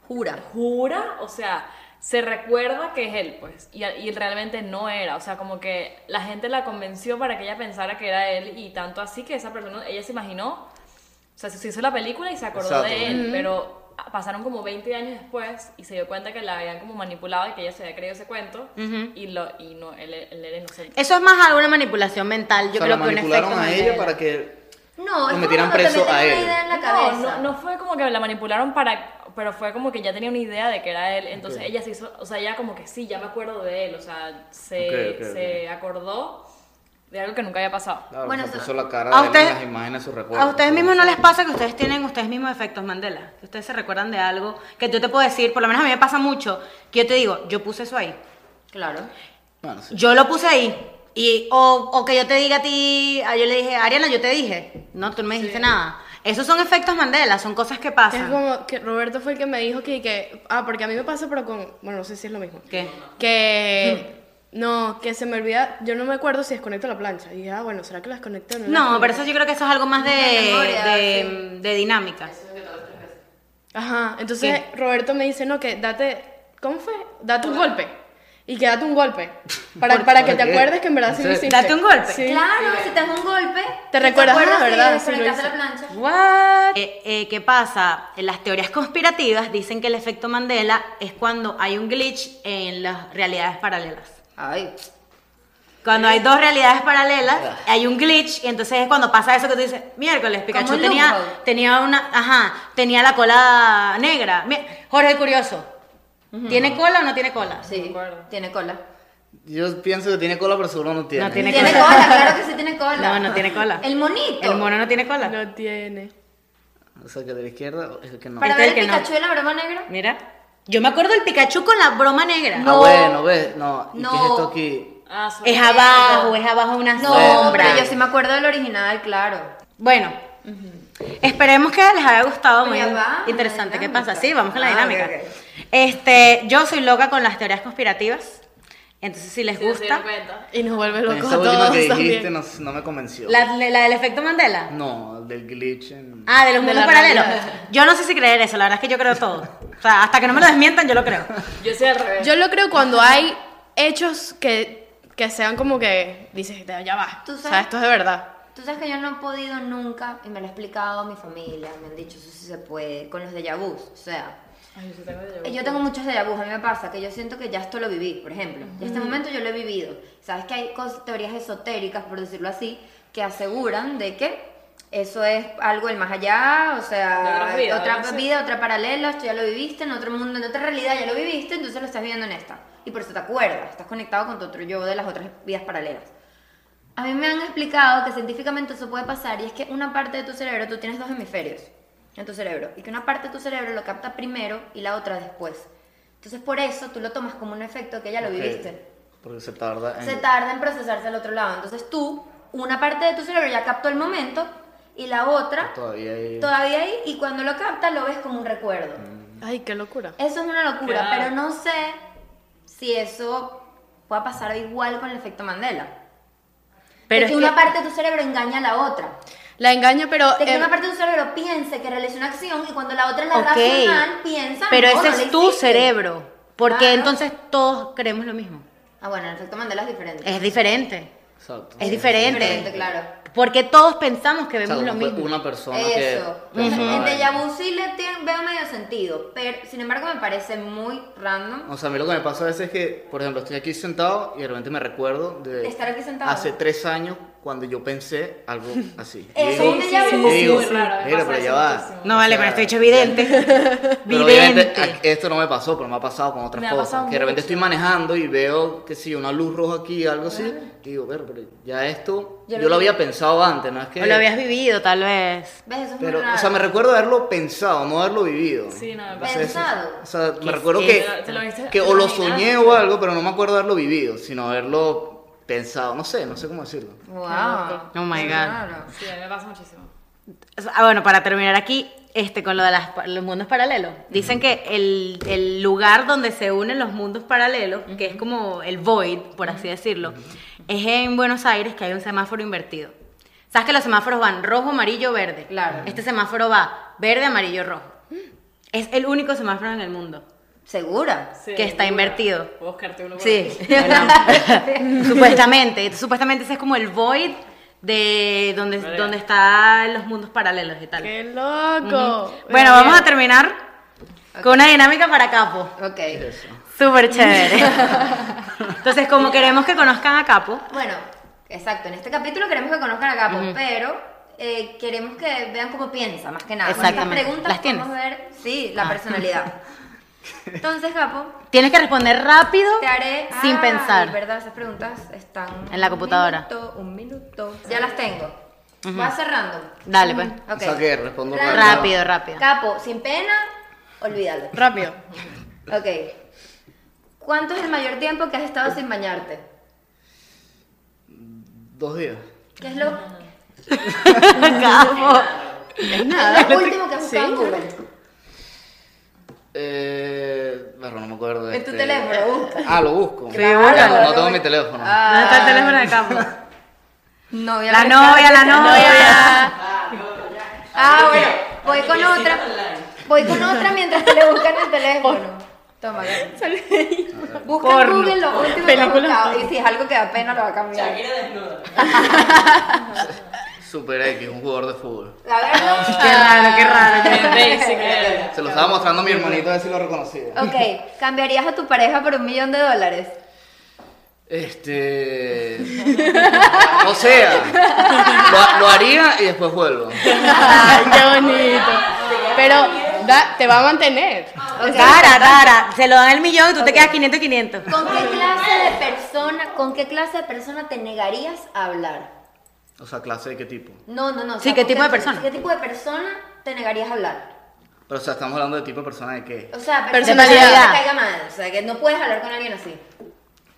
Speaker 2: Jura.
Speaker 7: jura, o sea, se recuerda que es él, pues, y, y realmente no era, o sea, como que la gente la convenció para que ella pensara que era él y tanto así que esa persona, ella se imaginó, o sea, se hizo la película y se acordó de
Speaker 5: Exacto.
Speaker 7: él, pero pasaron como 20 años después y se dio cuenta que la habían como manipulado y que ella se había creído ese cuento y, lo, y no, él, él era inocente.
Speaker 1: Eso es más alguna manipulación mental, yo
Speaker 5: o sea,
Speaker 1: creo
Speaker 5: la
Speaker 1: que un efecto
Speaker 5: manipularon a
Speaker 1: Mandela.
Speaker 5: ella para que...
Speaker 2: No, es
Speaker 5: Lo
Speaker 2: como
Speaker 5: metieran
Speaker 2: cuando te
Speaker 5: preso
Speaker 2: meten
Speaker 5: a
Speaker 2: una
Speaker 5: él.
Speaker 2: idea en la
Speaker 7: No,
Speaker 2: cabeza.
Speaker 7: no, no fue como que la manipularon para, pero fue como que ya tenía una idea de que era él, entonces
Speaker 5: Ok.
Speaker 7: ella se hizo, o sea, ella como que sí, ya me acuerdo de él, o sea, se,
Speaker 5: Ok, ok,
Speaker 7: se acordó de algo que nunca había pasado.
Speaker 5: Claro,
Speaker 2: Bueno,
Speaker 5: se
Speaker 2: eso-
Speaker 5: puso la cara
Speaker 1: ¿A
Speaker 5: de él
Speaker 1: ustedes-
Speaker 5: en las imágenes, sus recuerdos.
Speaker 1: ¿A ustedes
Speaker 5: Sí,
Speaker 1: mismos
Speaker 5: sí.
Speaker 1: no les pasa que ustedes tienen ustedes mismos efectos Mandela? Que ustedes se recuerdan de algo que yo te puedo decir, por lo menos a mí me pasa mucho, que yo te digo, yo puse eso ahí.
Speaker 2: Claro.
Speaker 5: Bueno, sí.
Speaker 1: Yo lo puse ahí. Y, o, o que yo te diga a ti, ah, yo le dije, Ariana, yo te dije. No, tú no me dijiste nada. Esos son efectos Mandela, son cosas que
Speaker 3: Que es
Speaker 1: pasan.
Speaker 3: como que Roberto fue el que me dijo que, que- ah, porque a mí me pasa, pero con, bueno, no sé si es lo mismo.
Speaker 1: ¿Qué?
Speaker 3: Que,
Speaker 1: Hmm.
Speaker 3: no, que se me olvida, yo no me acuerdo si desconecto la plancha. Y dije, ah, bueno, ¿será que la desconecto? o la
Speaker 1: No,
Speaker 3: desconecto?
Speaker 1: pero eso yo creo que eso es algo más de,
Speaker 2: De memoria,
Speaker 1: de, de dinámica.
Speaker 3: Ajá, entonces Roberto me dice, no, que date, ¿cómo fue? Date un golpe. Y que date un golpe. Para, para que te
Speaker 5: ¿Por qué?
Speaker 3: acuerdes que en verdad sí lo
Speaker 5: ¿En serio?
Speaker 3: hiciste.
Speaker 1: Date un golpe.
Speaker 3: Sí.
Speaker 2: Claro, si te das un golpe.
Speaker 3: Te recuerdas, ah,
Speaker 2: de
Speaker 3: ¿verdad? Sí, lo
Speaker 2: desconectaste
Speaker 3: hice.
Speaker 2: la plancha.
Speaker 1: What? Eh, ¿Qué pasa? En Las teorías conspirativas dicen que el efecto Mandela es cuando hay un glitch en las realidades paralelas.
Speaker 2: Ay. Ah.
Speaker 1: Cuando hay dos realidades paralelas, hay un glitch y entonces es cuando pasa eso que tú dices, miércoles, Pikachu
Speaker 2: Como
Speaker 1: tenía,
Speaker 2: Loophole.
Speaker 1: tenía una, ajá, tenía la cola negra. Mi- Jorge el Curioso, ¿tiene cola o no tiene cola?
Speaker 2: Sí, tiene cola.
Speaker 5: Yo pienso que tiene cola, pero seguro no tiene.
Speaker 1: No tiene
Speaker 2: Tiene
Speaker 1: cola.
Speaker 2: cola, claro que sí tiene cola.
Speaker 1: No, no tiene cola.
Speaker 2: El monito.
Speaker 1: El mono no tiene cola.
Speaker 3: No tiene.
Speaker 5: O sea, que de la izquierda es el que no.
Speaker 2: Para
Speaker 1: Este
Speaker 2: ver
Speaker 1: es
Speaker 2: el
Speaker 1: el que no.
Speaker 2: Pikachu de la broma negra.
Speaker 1: Mira, yo me acuerdo del Pikachu con la broma negra.
Speaker 5: Ah, bueno, ves, no. ¿Y qué
Speaker 2: No.
Speaker 5: es esto aquí?
Speaker 7: Ah, sobre
Speaker 1: Es
Speaker 7: eso.
Speaker 1: abajo, es abajo una
Speaker 2: No,
Speaker 1: sombra.
Speaker 2: pero yo sí me acuerdo del original, claro.
Speaker 1: Bueno, Esperemos que les haya gustado. Muy
Speaker 2: Pero ya va,
Speaker 1: interesante.
Speaker 2: la
Speaker 1: ¿Qué
Speaker 2: dinámica.
Speaker 1: pasa? Sí, vamos con la
Speaker 2: Ah,
Speaker 1: dinámica.
Speaker 2: ok, ok.
Speaker 1: Este, yo soy loca con las teorías conspirativas. Entonces, si les
Speaker 7: Si no se
Speaker 1: gusta.
Speaker 7: dieron cuenta.
Speaker 3: Y nos vuelve
Speaker 5: Con
Speaker 3: locos a
Speaker 5: Esa última
Speaker 3: todos
Speaker 5: que dijiste
Speaker 3: también.
Speaker 5: no, no me convenció.
Speaker 1: La, la del efecto Mandela.
Speaker 5: No, del glitch en...
Speaker 1: Ah, de los
Speaker 3: De
Speaker 1: mundos
Speaker 3: la
Speaker 1: paralelos.
Speaker 3: realidad.
Speaker 1: Yo no sé si creer eso, la verdad es que yo creo todo. O sea, hasta que no me lo desmientan, yo lo creo.
Speaker 7: Yo soy al revés.
Speaker 3: Yo lo creo cuando hay hechos que, que sean como que dices, ya va.
Speaker 2: Tú
Speaker 3: O sea,
Speaker 2: sabes-
Speaker 3: esto es de verdad.
Speaker 2: Tú sabes que yo no he podido nunca, y me lo ha explicado mi familia, me han dicho eso sí se puede, con los déjà vus. O sea,
Speaker 7: Ay, yo sí tengo déjà vu.
Speaker 2: yo tengo muchos déjà vus, a mí me pasa que yo siento que ya esto lo viví, por ejemplo. Ya este momento yo lo he vivido. Sabes que hay cos- teorías esotéricas, por decirlo así, que aseguran de que eso es algo del más allá, o
Speaker 7: De
Speaker 2: sea,
Speaker 7: otras vidas,
Speaker 2: otra
Speaker 7: algo así.
Speaker 2: vida, otra paralela, esto ya lo viviste en otro mundo, en otra realidad, ya lo viviste, entonces lo estás viviendo en esta. Y por eso te acuerdas, estás conectado con tu otro yo de las otras vidas paralelas. A mí me han explicado que científicamente eso puede pasar y es que una parte de tu cerebro, tú tienes dos hemisferios en tu cerebro y que una parte de tu cerebro lo capta primero y la otra después. Entonces por eso tú lo tomas como un efecto que ya lo
Speaker 5: Ok,
Speaker 2: viviste.
Speaker 5: Porque se tarda en...
Speaker 2: Se tarda en procesarse al otro lado. Entonces tú, una parte de tu cerebro ya captó el momento y la otra
Speaker 5: Todavía hay...
Speaker 2: todavía ahí y cuando lo capta lo ves como un recuerdo.
Speaker 5: Mm.
Speaker 3: Ay, qué locura.
Speaker 2: Eso es una locura,
Speaker 7: Claro.
Speaker 2: pero no sé si eso pueda pasar igual con el efecto Mandela.
Speaker 1: Pero
Speaker 2: de
Speaker 1: es
Speaker 2: que una
Speaker 1: que-
Speaker 2: parte de tu cerebro engaña a la otra.
Speaker 3: La engaña, pero...
Speaker 2: De que
Speaker 3: eh,
Speaker 2: una parte de tu cerebro piense que realiza una acción y cuando la otra es la
Speaker 1: Ok.
Speaker 2: racional piensa.
Speaker 1: Pero
Speaker 2: "No,
Speaker 1: ese
Speaker 2: no la
Speaker 1: es tu
Speaker 2: hiciste".
Speaker 1: cerebro. Porque
Speaker 2: Claro.
Speaker 1: entonces todos creemos lo mismo.
Speaker 2: Ah, bueno, el efecto Mandela es diferente.
Speaker 1: Es diferente.
Speaker 5: Exacto.
Speaker 1: Es diferente.
Speaker 2: Diferente, claro.
Speaker 1: Porque todos pensamos que
Speaker 5: O
Speaker 1: vemos
Speaker 5: sea,
Speaker 1: lo
Speaker 5: no fue
Speaker 1: mismo.
Speaker 5: una persona que...
Speaker 2: Eso.
Speaker 5: pensó una
Speaker 2: En
Speaker 5: vaina.
Speaker 2: Déjà Vu sí le tiene- veo medio sentido, pero sin embargo me parece muy random.
Speaker 5: O sea, a mí lo que me pasa a veces es que, por ejemplo, estoy aquí sentado y de repente me recuerdo de...
Speaker 2: De estar aquí sentado.
Speaker 5: Hace tres años cuando yo pensé algo así. Y
Speaker 2: Eso es un
Speaker 5: digo-
Speaker 2: déjà vu.
Speaker 5: y digo,
Speaker 7: muy raro, me
Speaker 5: "Mira,
Speaker 7: pasa
Speaker 5: pero ya
Speaker 7: eso
Speaker 5: va.
Speaker 7: muchísimo.
Speaker 1: No vale,
Speaker 5: O sea,
Speaker 1: pero estoy hecho vidente.
Speaker 5: Pero obviamente,
Speaker 1: vidente.
Speaker 5: a- esto no me pasó, pero me ha pasado con otras
Speaker 7: Me ha
Speaker 5: cosas.
Speaker 7: pasado
Speaker 5: Que de repente
Speaker 7: mucho.
Speaker 5: estoy manejando y veo que sí, una luz roja aquí, algo así. Y digo, pero, pero ya esto, yo, lo había pensado antes, no es que.
Speaker 1: O lo habías vivido, tal vez.
Speaker 2: ¿Ves? Eso es
Speaker 5: Pero,
Speaker 2: muy raro.
Speaker 5: o sea, me recuerdo haberlo pensado, no haberlo vivido.
Speaker 7: Sí, no, me
Speaker 5: Entonces,
Speaker 7: pasa.
Speaker 2: Pensado.
Speaker 5: O sea, me
Speaker 1: Que
Speaker 5: recuerdo
Speaker 1: sí.
Speaker 5: que,
Speaker 7: Te lo viste
Speaker 5: que o lo
Speaker 7: imaginando.
Speaker 5: soñé o algo, pero no me acuerdo haberlo vivido, sino haberlo pensado. No sé, no sé cómo decirlo.
Speaker 2: Wow.
Speaker 1: Oh my
Speaker 2: Qué
Speaker 1: God.
Speaker 2: raro.
Speaker 7: Sí, a mí me pasa muchísimo.
Speaker 1: Ah, bueno, para terminar aquí, este, con lo de las- los mundos paralelos. Dicen que el, el lugar donde se unen los mundos paralelos, que es como el void, por así decirlo, es en Buenos Aires que hay un semáforo invertido. ¿Sabes que los semáforos van rojo, amarillo, verde?
Speaker 2: Claro.
Speaker 1: Este semáforo va verde, amarillo, rojo.
Speaker 5: Mm.
Speaker 1: Es el único semáforo en el mundo.
Speaker 2: ¿Segura?
Speaker 7: Sí,
Speaker 1: Que está
Speaker 7: yo-
Speaker 1: invertido.
Speaker 7: Puedo buscarte uno por
Speaker 1: Sí,
Speaker 7: ahí.
Speaker 1: supuestamente. Supuestamente ese es como el void de donde,
Speaker 7: Vale.
Speaker 1: donde están los mundos paralelos y tal.
Speaker 3: ¡Qué loco!
Speaker 1: Bueno, vamos a terminar con una dinámica para Capo.
Speaker 2: Ok.
Speaker 1: Súper chévere. Entonces, como queremos que conozcan a Capo,
Speaker 2: Bueno, exacto. En este capítulo queremos que conozcan a Capo, pero eh, queremos que vean cómo piensa, más que nada. Con estas
Speaker 1: Exactamente.
Speaker 2: preguntas
Speaker 1: ¿Las tienes? Ah.
Speaker 2: podemos ver, sí, la personalidad. Entonces, Capo,
Speaker 1: tienes que responder rápido
Speaker 2: te haré. Ah,
Speaker 1: sin
Speaker 2: Ay,
Speaker 1: pensar.
Speaker 2: verdad, esas preguntas están.
Speaker 1: En la computadora.
Speaker 2: Un minuto, un minuto. Ya las tengo. Vas cerrando.
Speaker 1: Dale, pues.
Speaker 2: Ok.
Speaker 5: O sea, que respondo
Speaker 2: Claro.
Speaker 1: Rápido, rápido.
Speaker 2: Capo, sin pena, olvídalo.
Speaker 3: Rápido.
Speaker 2: Ok. ¿Cuánto es el mayor tiempo que has estado sin bañarte?
Speaker 5: Dos días.
Speaker 2: ¿Qué es lo,
Speaker 1: Capo.
Speaker 2: es lo último que has buscado en Google?
Speaker 5: Eh, bueno, no me acuerdo. de
Speaker 2: En tu
Speaker 5: este-
Speaker 2: teléfono, busca.
Speaker 5: Ah, lo busco.
Speaker 1: Sí, búscalo.
Speaker 5: No tengo mi teléfono.
Speaker 2: Ah.
Speaker 1: ¿Dónde está el teléfono de Capo?
Speaker 2: Novia
Speaker 1: La
Speaker 2: al
Speaker 1: novia,
Speaker 2: rescate.
Speaker 1: la novia.
Speaker 2: Ah, bueno, voy con otra. Voy con otra mientras te le buscan el teléfono. Toma, Gaby. Busca en
Speaker 1: Porno.
Speaker 2: Google lo último que has buscado. Y si es algo que da pena, lo va a cambiar. A
Speaker 8: Shakira desnuda.
Speaker 5: Super X, un jugador de fútbol.
Speaker 2: verlo.
Speaker 1: Qué raro, qué raro. qué raro.
Speaker 7: eh.
Speaker 5: Se lo estaba mostrando a mi hermanito a ver si lo reconocía.
Speaker 2: Ok, ¿cambiarías a tu pareja por un millón de dólares?
Speaker 5: Este. O sea, lo, lo haría y después vuelvo.
Speaker 3: ¡Ay, qué bonito! Pero da- te va a mantener.
Speaker 2: Ok.
Speaker 1: Tara, Tara. Se lo dan el millón y tú te quedas 500, 500.
Speaker 2: ¿Con qué clase de persona, con qué clase de persona te negarías a hablar?
Speaker 5: O sea, clase de qué tipo.
Speaker 2: No, no, no. o
Speaker 1: Sí,
Speaker 2: sea,
Speaker 1: ¿qué
Speaker 2: ¿con
Speaker 1: tipo de persona?
Speaker 2: ¿Qué tipo de persona te negarías a hablar?
Speaker 5: Pero, o sea, estamos hablando de tipo de persona de qué.
Speaker 2: O sea,
Speaker 1: Personalidad.
Speaker 2: personalidad. Que no te caiga mal. O sea, que no puedes hablar con alguien así.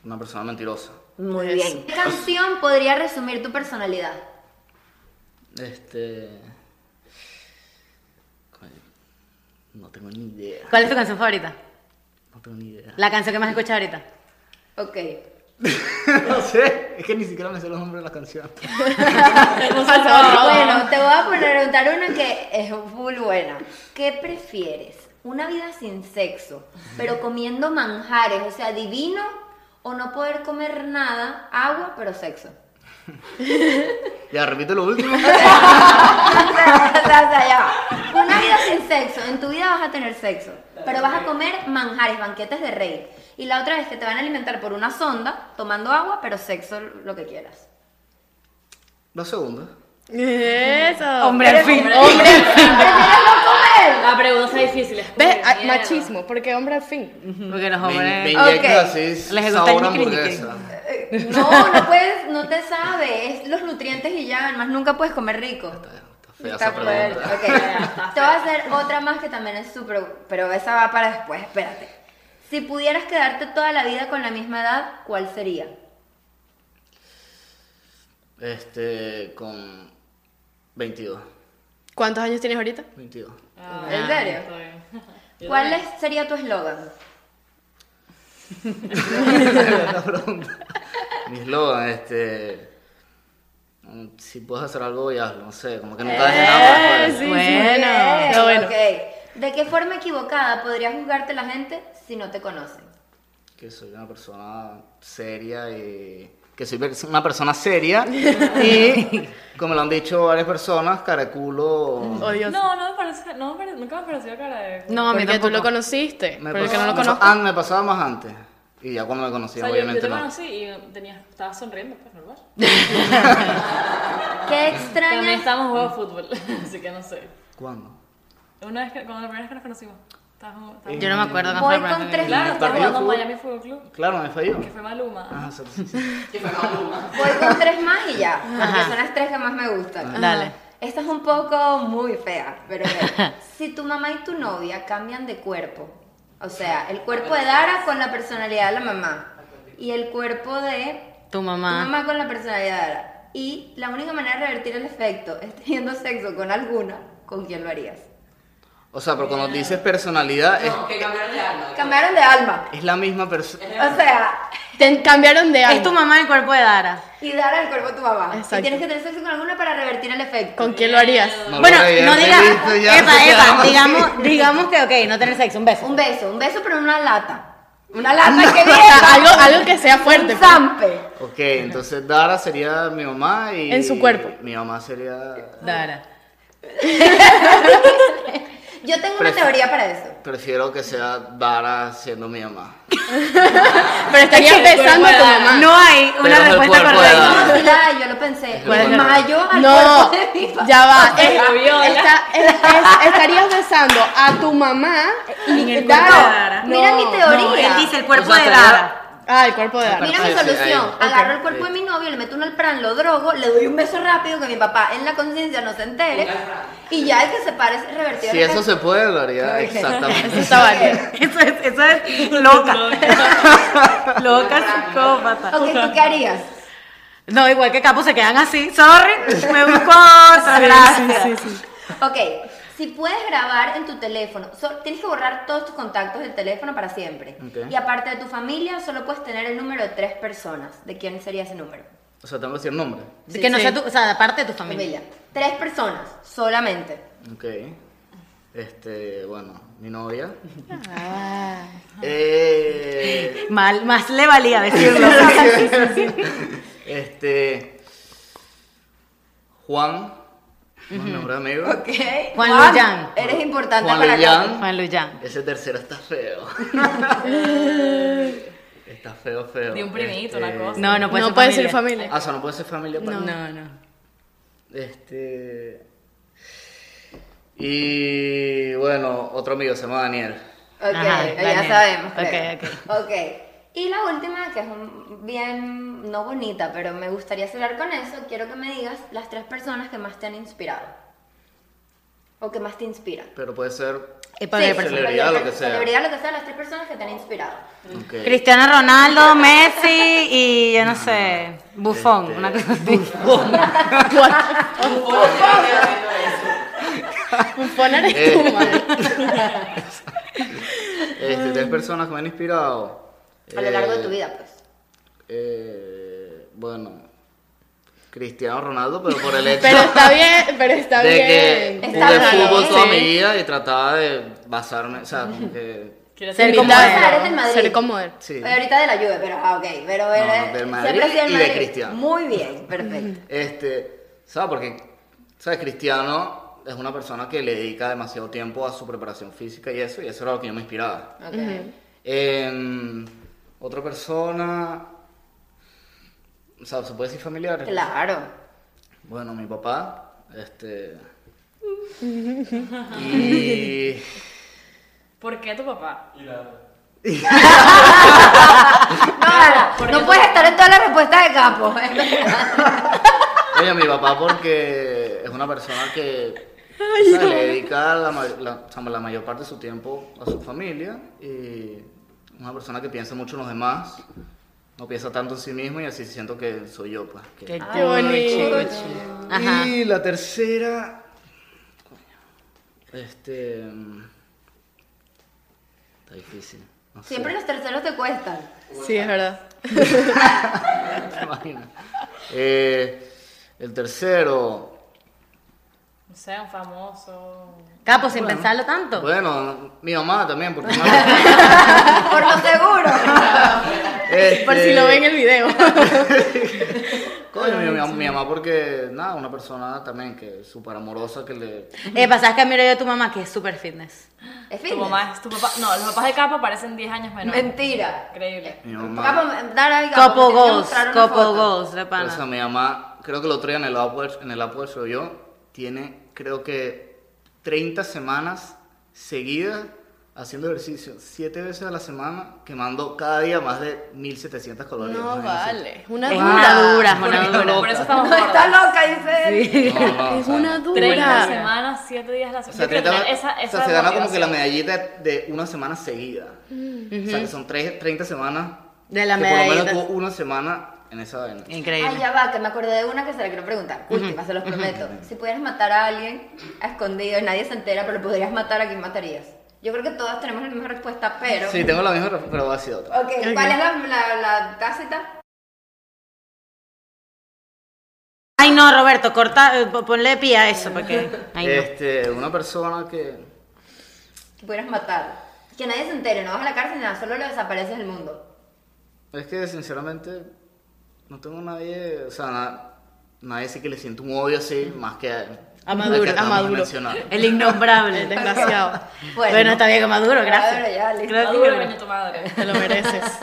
Speaker 5: Una persona mentirosa.
Speaker 2: Muy bien. ¿Qué canción podría resumir tu personalidad?
Speaker 5: Este. No tengo ni idea.
Speaker 1: ¿Cuál es tu canción favorita?
Speaker 5: No tengo ni idea.
Speaker 1: La canción que más escuchas ahorita.
Speaker 2: Ok.
Speaker 5: no sé, es que ni siquiera me sé los nombres de las canciones.
Speaker 2: Ah, Bueno, te voy a preguntar una que es muy buena. ¿Qué prefieres? ¿Una vida sin sexo, pero comiendo manjares, o sea, divino, o no poder comer nada, agua, pero sexo?
Speaker 5: Ya, repito lo último.
Speaker 2: O sea, o sea, o sea, ya va. Una vida sin sexo, en tu vida vas a tener sexo, pero vas a comer manjares, banquetes de rey. Y la otra es que te van a alimentar por una sonda, tomando agua, pero sexo lo que quieras.
Speaker 5: Dos segundos.
Speaker 3: Eso.
Speaker 1: Hombre, al fin.
Speaker 7: Hombre,
Speaker 2: ¿Prefieres no comer?
Speaker 7: la pregunta está difícil. es como
Speaker 3: ¿Ves?
Speaker 7: que
Speaker 3: Ah,
Speaker 7: mierda.
Speaker 3: machismo, porque hombre al fin.
Speaker 1: Porque los
Speaker 5: Me,
Speaker 1: hombres.
Speaker 5: me
Speaker 2: Ok.
Speaker 5: inyectas así
Speaker 1: Les gusta
Speaker 5: sabor
Speaker 1: el
Speaker 5: a
Speaker 1: ñiqui-ñiqui.
Speaker 5: hamburguesa.
Speaker 2: Eh, No, no puedes, no te sabes, los nutrientes y ya, más nunca puedes comer rico.
Speaker 5: Está fea esa
Speaker 2: fuerte.
Speaker 5: pregunta.
Speaker 2: Ok, ya, ya, está Te voy a hacer otra más que también es súper, pero esa va para después, espérate. Si pudieras quedarte toda la vida con la misma edad, ¿cuál sería?
Speaker 5: Este, con 22.
Speaker 3: ¿Cuántos años tienes ahorita?
Speaker 5: 22.
Speaker 7: Ah,
Speaker 2: ¿En serio?
Speaker 7: está bien. Yo
Speaker 2: ¿Cuál es- sería tu eslogan?
Speaker 5: La pregunta. Mi eslogan, este. mm, Si puedes hacer algo, y hazlo. No sé, como que nunca pues, dejes nada por
Speaker 3: Eh,
Speaker 5: afuera.
Speaker 3: sí, sí.
Speaker 1: Bueno,
Speaker 2: Bien,
Speaker 3: está bueno.
Speaker 2: ok. ¿De qué forma equivocada podría juzgarte la gente si no te conocen?
Speaker 5: que soy una persona seria y que soy per- una persona seria y como lo han dicho varias personas, caraculo
Speaker 3: Odioso.
Speaker 7: No, no me parece, no me parece, nunca me pareció cara de...
Speaker 1: No, a mí
Speaker 3: porque tú lo
Speaker 1: tampoco.
Speaker 3: conociste. Pero el que no lo
Speaker 5: me pasó-
Speaker 3: conozco.
Speaker 5: ah, me pasaba más antes y ya cuando me
Speaker 7: O
Speaker 5: conocía
Speaker 7: sea, yo- yo,
Speaker 5: obviamente
Speaker 7: te
Speaker 5: no.
Speaker 7: conocí y tenías, estabas sonriendo, pues, normal.
Speaker 2: ¿Qué
Speaker 7: También
Speaker 2: extrañas?
Speaker 7: estábamos jugando fútbol, así que no sé.
Speaker 5: ¿Cuándo?
Speaker 7: Una vez que, cuando la primera vez que nos conocimos, estábamos... estábamos-
Speaker 1: Yo no me acuerdo.
Speaker 2: Voy
Speaker 1: no
Speaker 2: con tres
Speaker 7: Claro,
Speaker 5: Eh, Partido de
Speaker 7: estábamos jugando en
Speaker 5: fútbol.
Speaker 7: Miami Fútbol Club,
Speaker 5: Claro, me falló.
Speaker 7: que fue Maluma.
Speaker 5: Ah, sí, sí, sí.
Speaker 8: Que fue Maluma.
Speaker 2: Voy con tres más y ya, porque
Speaker 1: Ajá.
Speaker 2: son las tres que más me gustan.
Speaker 1: Dale.
Speaker 2: Esta es un poco muy fea, pero bueno. si tu mamá y tu novia cambian de cuerpo, o sea, el cuerpo de Dara con la personalidad de la mamá y el cuerpo de
Speaker 1: Tu
Speaker 2: tu
Speaker 3: Ah.
Speaker 1: mamá.
Speaker 2: mamá con la personalidad de Dara, y la única manera de revertir el efecto es teniendo sexo con alguna, ¿con quién lo harías?
Speaker 5: O sea, pero cuando dices personalidad es,
Speaker 8: No, que cambiaron de alma.
Speaker 2: Cambiaron de alma.
Speaker 5: es la misma persona.
Speaker 2: O sea,
Speaker 3: Te cambiaron de algo.
Speaker 1: Es tu mamá en cuerpo de Dara.
Speaker 2: y Dara el cuerpo de tu mamá.
Speaker 3: Exacto.
Speaker 2: Y tienes que tener sexo con alguna para revertir el efecto.
Speaker 3: ¿Con quién lo harías?
Speaker 5: Ah,
Speaker 1: bueno, no digas. Epa, epa, digamos, digamos que, ok, no tener sexo, un beso.
Speaker 2: Un beso, un beso pero una lata. Una lata que
Speaker 3: O
Speaker 2: viene.
Speaker 3: sea, Ah, algo, algo que sea fuerte.
Speaker 2: Un
Speaker 3: pues.
Speaker 2: zampe.
Speaker 5: Ok, entonces Dara sería mi mamá y...
Speaker 3: En su cuerpo.
Speaker 5: Mi mamá sería...
Speaker 1: Dara.
Speaker 2: Yo tengo una
Speaker 5: Prefi-
Speaker 2: teoría para eso.
Speaker 5: Prefiero que sea Dara siendo mi mamá.
Speaker 3: Pero estarías
Speaker 7: Es que el
Speaker 3: besando a tu
Speaker 7: cuerpo de
Speaker 3: mamá.
Speaker 1: Ah. No hay
Speaker 5: Pero
Speaker 1: una
Speaker 5: es el
Speaker 1: respuesta
Speaker 5: cuerpo de
Speaker 1: correcta.
Speaker 5: Dara.
Speaker 2: No, ya, yo lo pensé.
Speaker 5: Bueno.
Speaker 2: Me mayo al
Speaker 3: No,
Speaker 2: cuerpo de mi papá.
Speaker 3: ya va.
Speaker 7: Se
Speaker 3: Es-
Speaker 7: viola.
Speaker 3: está- es- es- estarías besando a tu mamá
Speaker 1: En
Speaker 3: y
Speaker 1: el cuerpo de Dara.
Speaker 3: Dara.
Speaker 2: Mira mi teoría.
Speaker 1: No, él dice el cuerpo
Speaker 5: O sea,
Speaker 1: de
Speaker 5: estaría-
Speaker 1: Dara.
Speaker 3: Ah, el cuerpo de Dara.
Speaker 2: Mira mi
Speaker 5: Sí, sí,
Speaker 2: solución.
Speaker 5: ahí.
Speaker 2: Agarro el cuerpo de mi novio, le meto un alpran, lo drogo, le doy un beso rápido que mi papá en la conciencia no se entere. Y ya el que se pare es revertido.
Speaker 5: Si eso se puede, lo haría
Speaker 3: Eso
Speaker 5: exactamente.
Speaker 3: está válido.
Speaker 1: Eso es, eso es loca. loca psicópata.
Speaker 2: Ok, ¿tú qué harías?
Speaker 1: No, igual que Capo se quedan así. Sorry, me busco otra. Gracias.
Speaker 2: Ok, si puedes grabar en tu teléfono, so- tienes que borrar todos tus contactos del teléfono para siempre.
Speaker 5: Ok.
Speaker 2: Y aparte de tu familia, solo puedes tener el número de tres personas. ¿De quién sería ese número?
Speaker 5: O sea, tengo que decir nombre.
Speaker 1: que no
Speaker 3: sí.
Speaker 1: sea tu, o sea, aparte de
Speaker 5: Mm.
Speaker 1: tu familia.
Speaker 2: Familia. Tres personas, solamente.
Speaker 5: Ok. Este, bueno, mi novia.
Speaker 3: Ah.
Speaker 5: Eh,
Speaker 1: Mal, más le valía decirlo.
Speaker 5: este. Juan, mi mejor amigo.
Speaker 2: Ok.
Speaker 1: Juan Luyan.
Speaker 2: Eres importante
Speaker 5: Juan
Speaker 2: para
Speaker 5: Luyan.
Speaker 2: acá.
Speaker 1: Juan Luyan.
Speaker 5: Ese tercero está feo. está feo, feo. Este,
Speaker 7: Di un primito, una cosa.
Speaker 1: No, no puede
Speaker 3: No
Speaker 1: ser
Speaker 3: puede
Speaker 1: familia.
Speaker 3: ser familia.
Speaker 5: Ah, o sea, no puede ser familia. para-
Speaker 1: No, no. no.
Speaker 5: Este. Y bueno, otro amigo se llama Daniel.
Speaker 2: Ok,
Speaker 1: Ajá,
Speaker 2: ya
Speaker 1: Daniel.
Speaker 2: sabemos.
Speaker 1: Ok,
Speaker 2: creo. Ok. Y la última, que es un- bien, no bonita, pero me gustaría cerrar con eso, quiero que me digas las tres personas que más te han inspirado. O que más te inspiran.
Speaker 5: Pero puede ser.
Speaker 1: Es Eh, para ver
Speaker 2: sí,
Speaker 1: personas.
Speaker 5: celebridad, lo que sea.
Speaker 2: Celebridad, lo que sea, las tres personas que te han inspirado.
Speaker 5: Ok.
Speaker 1: Cristiano Ronaldo, Messi y yo no sé, Bufón,
Speaker 5: Este,
Speaker 1: una cosa así.
Speaker 8: Por eso.
Speaker 3: Un poner es
Speaker 5: Eh.
Speaker 3: tu madre.
Speaker 5: Este, tres personas que me han inspirado.
Speaker 2: A lo largo de
Speaker 5: Eh,
Speaker 2: tu vida, pues.
Speaker 5: eh, bueno, Cristiano Ronaldo, pero por el hecho
Speaker 3: Pero está bien, pero está
Speaker 5: de
Speaker 3: bien.
Speaker 5: que jugué
Speaker 2: Está bien.
Speaker 5: fútbol toda
Speaker 3: Sí.
Speaker 5: mi vida y trataba de basarme, o sea, como que...
Speaker 6: Quiero
Speaker 3: Ser
Speaker 6: ser
Speaker 3: como
Speaker 2: Invitar.
Speaker 3: él.
Speaker 2: Eres del Madrid.
Speaker 3: Ser como él.
Speaker 5: Sí.
Speaker 2: Oye, ahorita de la Juve, pero ah, ok. Pero eres,
Speaker 5: no, del Madrid
Speaker 2: siempre has sido del
Speaker 5: y de
Speaker 2: Madrid.
Speaker 5: Cristiano.
Speaker 2: Muy bien, perfecto.
Speaker 5: Este, ¿sabes? Porque, ¿sabes? Cristiano es una persona que le dedica demasiado tiempo a su preparación física y eso, y eso era lo que yo me inspiraba.
Speaker 2: Ok.
Speaker 5: Em, otra persona, o sea, ¿se puede decir familiares?
Speaker 2: Claro.
Speaker 5: Bueno, mi papá, este... y...
Speaker 6: ¿Por qué tu papá?
Speaker 2: No, Ana, no puedes estar en todas las respuestas de capo. ¿eh?
Speaker 5: Oye, mi papá porque es una persona que o sea, le dedica la, ma- la- o sea, la mayor parte de su tiempo a su familia y una persona que piensa mucho en los demás, no piensa tanto en sí mismo y así siento que soy yo. Pues, que-
Speaker 3: Qué bonito.
Speaker 1: Ajá.
Speaker 5: Y la tercera... coño, Este... mm, Está difícil. No sé,
Speaker 2: Siempre los terceros te cuestan.
Speaker 3: Sí, es verdad.
Speaker 5: te imaginas. Eh, el tercero...
Speaker 6: No sé, un famoso.
Speaker 1: Capo, sin pensarlo tanto.
Speaker 5: Bueno, mi mamá también, porque...
Speaker 2: Por lo seguro.
Speaker 5: Este,
Speaker 3: Por
Speaker 5: Eh,
Speaker 3: si lo ven en el video.
Speaker 5: Coño, mi, mi mam- mi mamá porque, nada, una persona también que es súper amorosa, que le...
Speaker 1: Eh, pasas que miro yo a tu mamá que es super fitness.
Speaker 2: Es
Speaker 6: Tu
Speaker 2: fitness.
Speaker 6: mamá es tu papá. No, los papás de Capa parecen 10 años menores.
Speaker 2: Mentira. Eh,
Speaker 6: Increíble.
Speaker 5: Mi
Speaker 2: Capo,
Speaker 5: mamá...
Speaker 2: dar ahí, capo,
Speaker 1: Copo
Speaker 2: te quiero
Speaker 1: goals,
Speaker 2: mostrar una
Speaker 1: copo
Speaker 2: foto.
Speaker 1: goals, de
Speaker 5: O sea,
Speaker 1: pana.
Speaker 5: mi mamá, creo que lo otro día en el Upwatch, en el Upwatch soy yo, tiene, creo que 30 semanas seguidas haciendo ejercicio, 7 veces a la semana, quemando cada día más de 1700 calorías.
Speaker 3: No
Speaker 5: imagínate.
Speaker 3: vale. Una
Speaker 1: Es una dura, es
Speaker 6: Por
Speaker 1: una
Speaker 6: eso-
Speaker 1: dura.
Speaker 6: Por eso estamos
Speaker 2: No, está
Speaker 6: gordas.
Speaker 2: loca, dice. él.
Speaker 5: No, no,
Speaker 3: Es
Speaker 5: o sea,
Speaker 3: una
Speaker 6: 30
Speaker 3: dura.
Speaker 6: semanas, 7 días a la
Speaker 5: O
Speaker 6: semana.
Speaker 5: sea,
Speaker 6: Yo quiero
Speaker 5: 30
Speaker 6: tener esa,
Speaker 5: o sea,
Speaker 6: esa
Speaker 5: se gana como que la
Speaker 6: motivación.
Speaker 5: medallita de una semana seguida. O sea, que son tres- 30 semanas.
Speaker 1: De la
Speaker 5: que por lo menos
Speaker 1: medallita.
Speaker 5: tuvo una semana en esa vaina.
Speaker 2: Ay,
Speaker 1: Increíble.
Speaker 2: ya va, que me acordé de una que se la quiero preguntar. Última, se los prometo. Si pudieras matar a alguien a escondido, nadie se entera, pero podrías matar a quién matarías. Yo creo que todas tenemos la misma respuesta, pero.
Speaker 5: Sí, tengo la misma, ref- pero va a ser otra.
Speaker 2: Ok, ¿cuál es la, la, la tácita?
Speaker 1: Ay, no, Roberto, corta, eh, po- ponle pie a eso, porque. Ay, no.
Speaker 5: Este, una persona que.
Speaker 2: Que pudieras matar. Que nadie se entere, no vas a la cárcel, nada, solo lo desapareces del mundo.
Speaker 5: Es que sinceramente no tengo nadie. O sea, na- nadie sí que le siento un odio así, más que a,
Speaker 3: A Maduro,
Speaker 5: que
Speaker 3: a
Speaker 5: acabamos de
Speaker 3: Maduro.
Speaker 5: mencionar.
Speaker 1: El innombrable.
Speaker 3: Desgraciado.
Speaker 1: Bueno, está bien, Maduro,
Speaker 2: Maduro,
Speaker 1: gracias.
Speaker 2: ya, listo.
Speaker 1: Gracias.
Speaker 6: Maduro, coño, tu madre.
Speaker 3: Te lo mereces.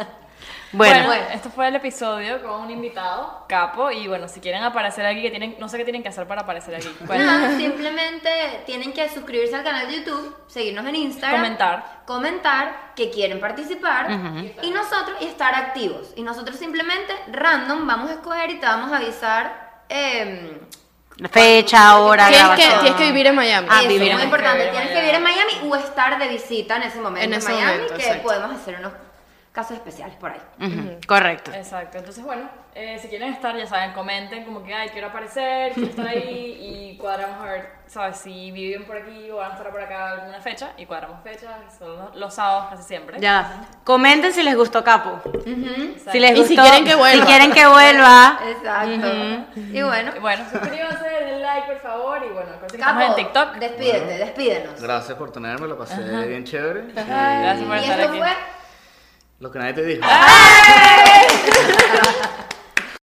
Speaker 1: Bueno,
Speaker 6: Bueno, esto fue el episodio con un invitado, Capo, y bueno, si quieren aparecer aquí, que tienen, no sé qué tienen que hacer para aparecer aquí. ¿Cuál?
Speaker 2: Nada, simplemente tienen que suscribirse al canal de YouTube, seguirnos en Instagram,
Speaker 6: Comentar.
Speaker 2: comentar que quieren participar y nosotros y estar activos. Y nosotros simplemente random vamos a escoger y te vamos a avisar. em,
Speaker 1: fecha, hora,
Speaker 3: Tienes que,
Speaker 1: grabación.
Speaker 3: tienes que vivir en Miami.
Speaker 1: Ah,
Speaker 2: eso,
Speaker 1: vivir en
Speaker 2: muy
Speaker 1: Miami.
Speaker 2: importante.
Speaker 6: Vivir en
Speaker 2: Tienes que vivir en Miami o estar de visita en ese momento en,
Speaker 3: En ese
Speaker 2: Miami,
Speaker 3: momento,
Speaker 2: que
Speaker 3: exacto.
Speaker 2: podemos hacer unos casos especiales por ahí.
Speaker 1: Ujú, Correcto.
Speaker 6: Exacto, entonces bueno, eh, si quieren estar, ya saben, comenten como que, ay, quiero aparecer, quiero estar ahí, y cuadramos a ver, ¿sabes? Si viven por aquí o van a estar por acá alguna fecha, y cuadramos fechas, son los, los sábados casi siempre.
Speaker 1: Ya. Comenten si les gustó Capo.
Speaker 6: Exacto.
Speaker 1: Si les
Speaker 3: Y si
Speaker 1: gustó.
Speaker 3: quieren que vuelva.
Speaker 1: Si quieren que vuelva.
Speaker 2: Exacto. Y bueno,
Speaker 6: Y Bueno, suscríbanse, denle like, por favor, y bueno, acuérdense que
Speaker 2: Capo,
Speaker 6: estamos en TikTok.
Speaker 2: despídete, despídenos.
Speaker 5: Gracias por tenerme, la pasé bien chévere. Y
Speaker 6: Gracias por
Speaker 2: Y
Speaker 6: estar
Speaker 2: esto
Speaker 6: aquí.
Speaker 2: fue.
Speaker 5: Lo que nadie te dijo.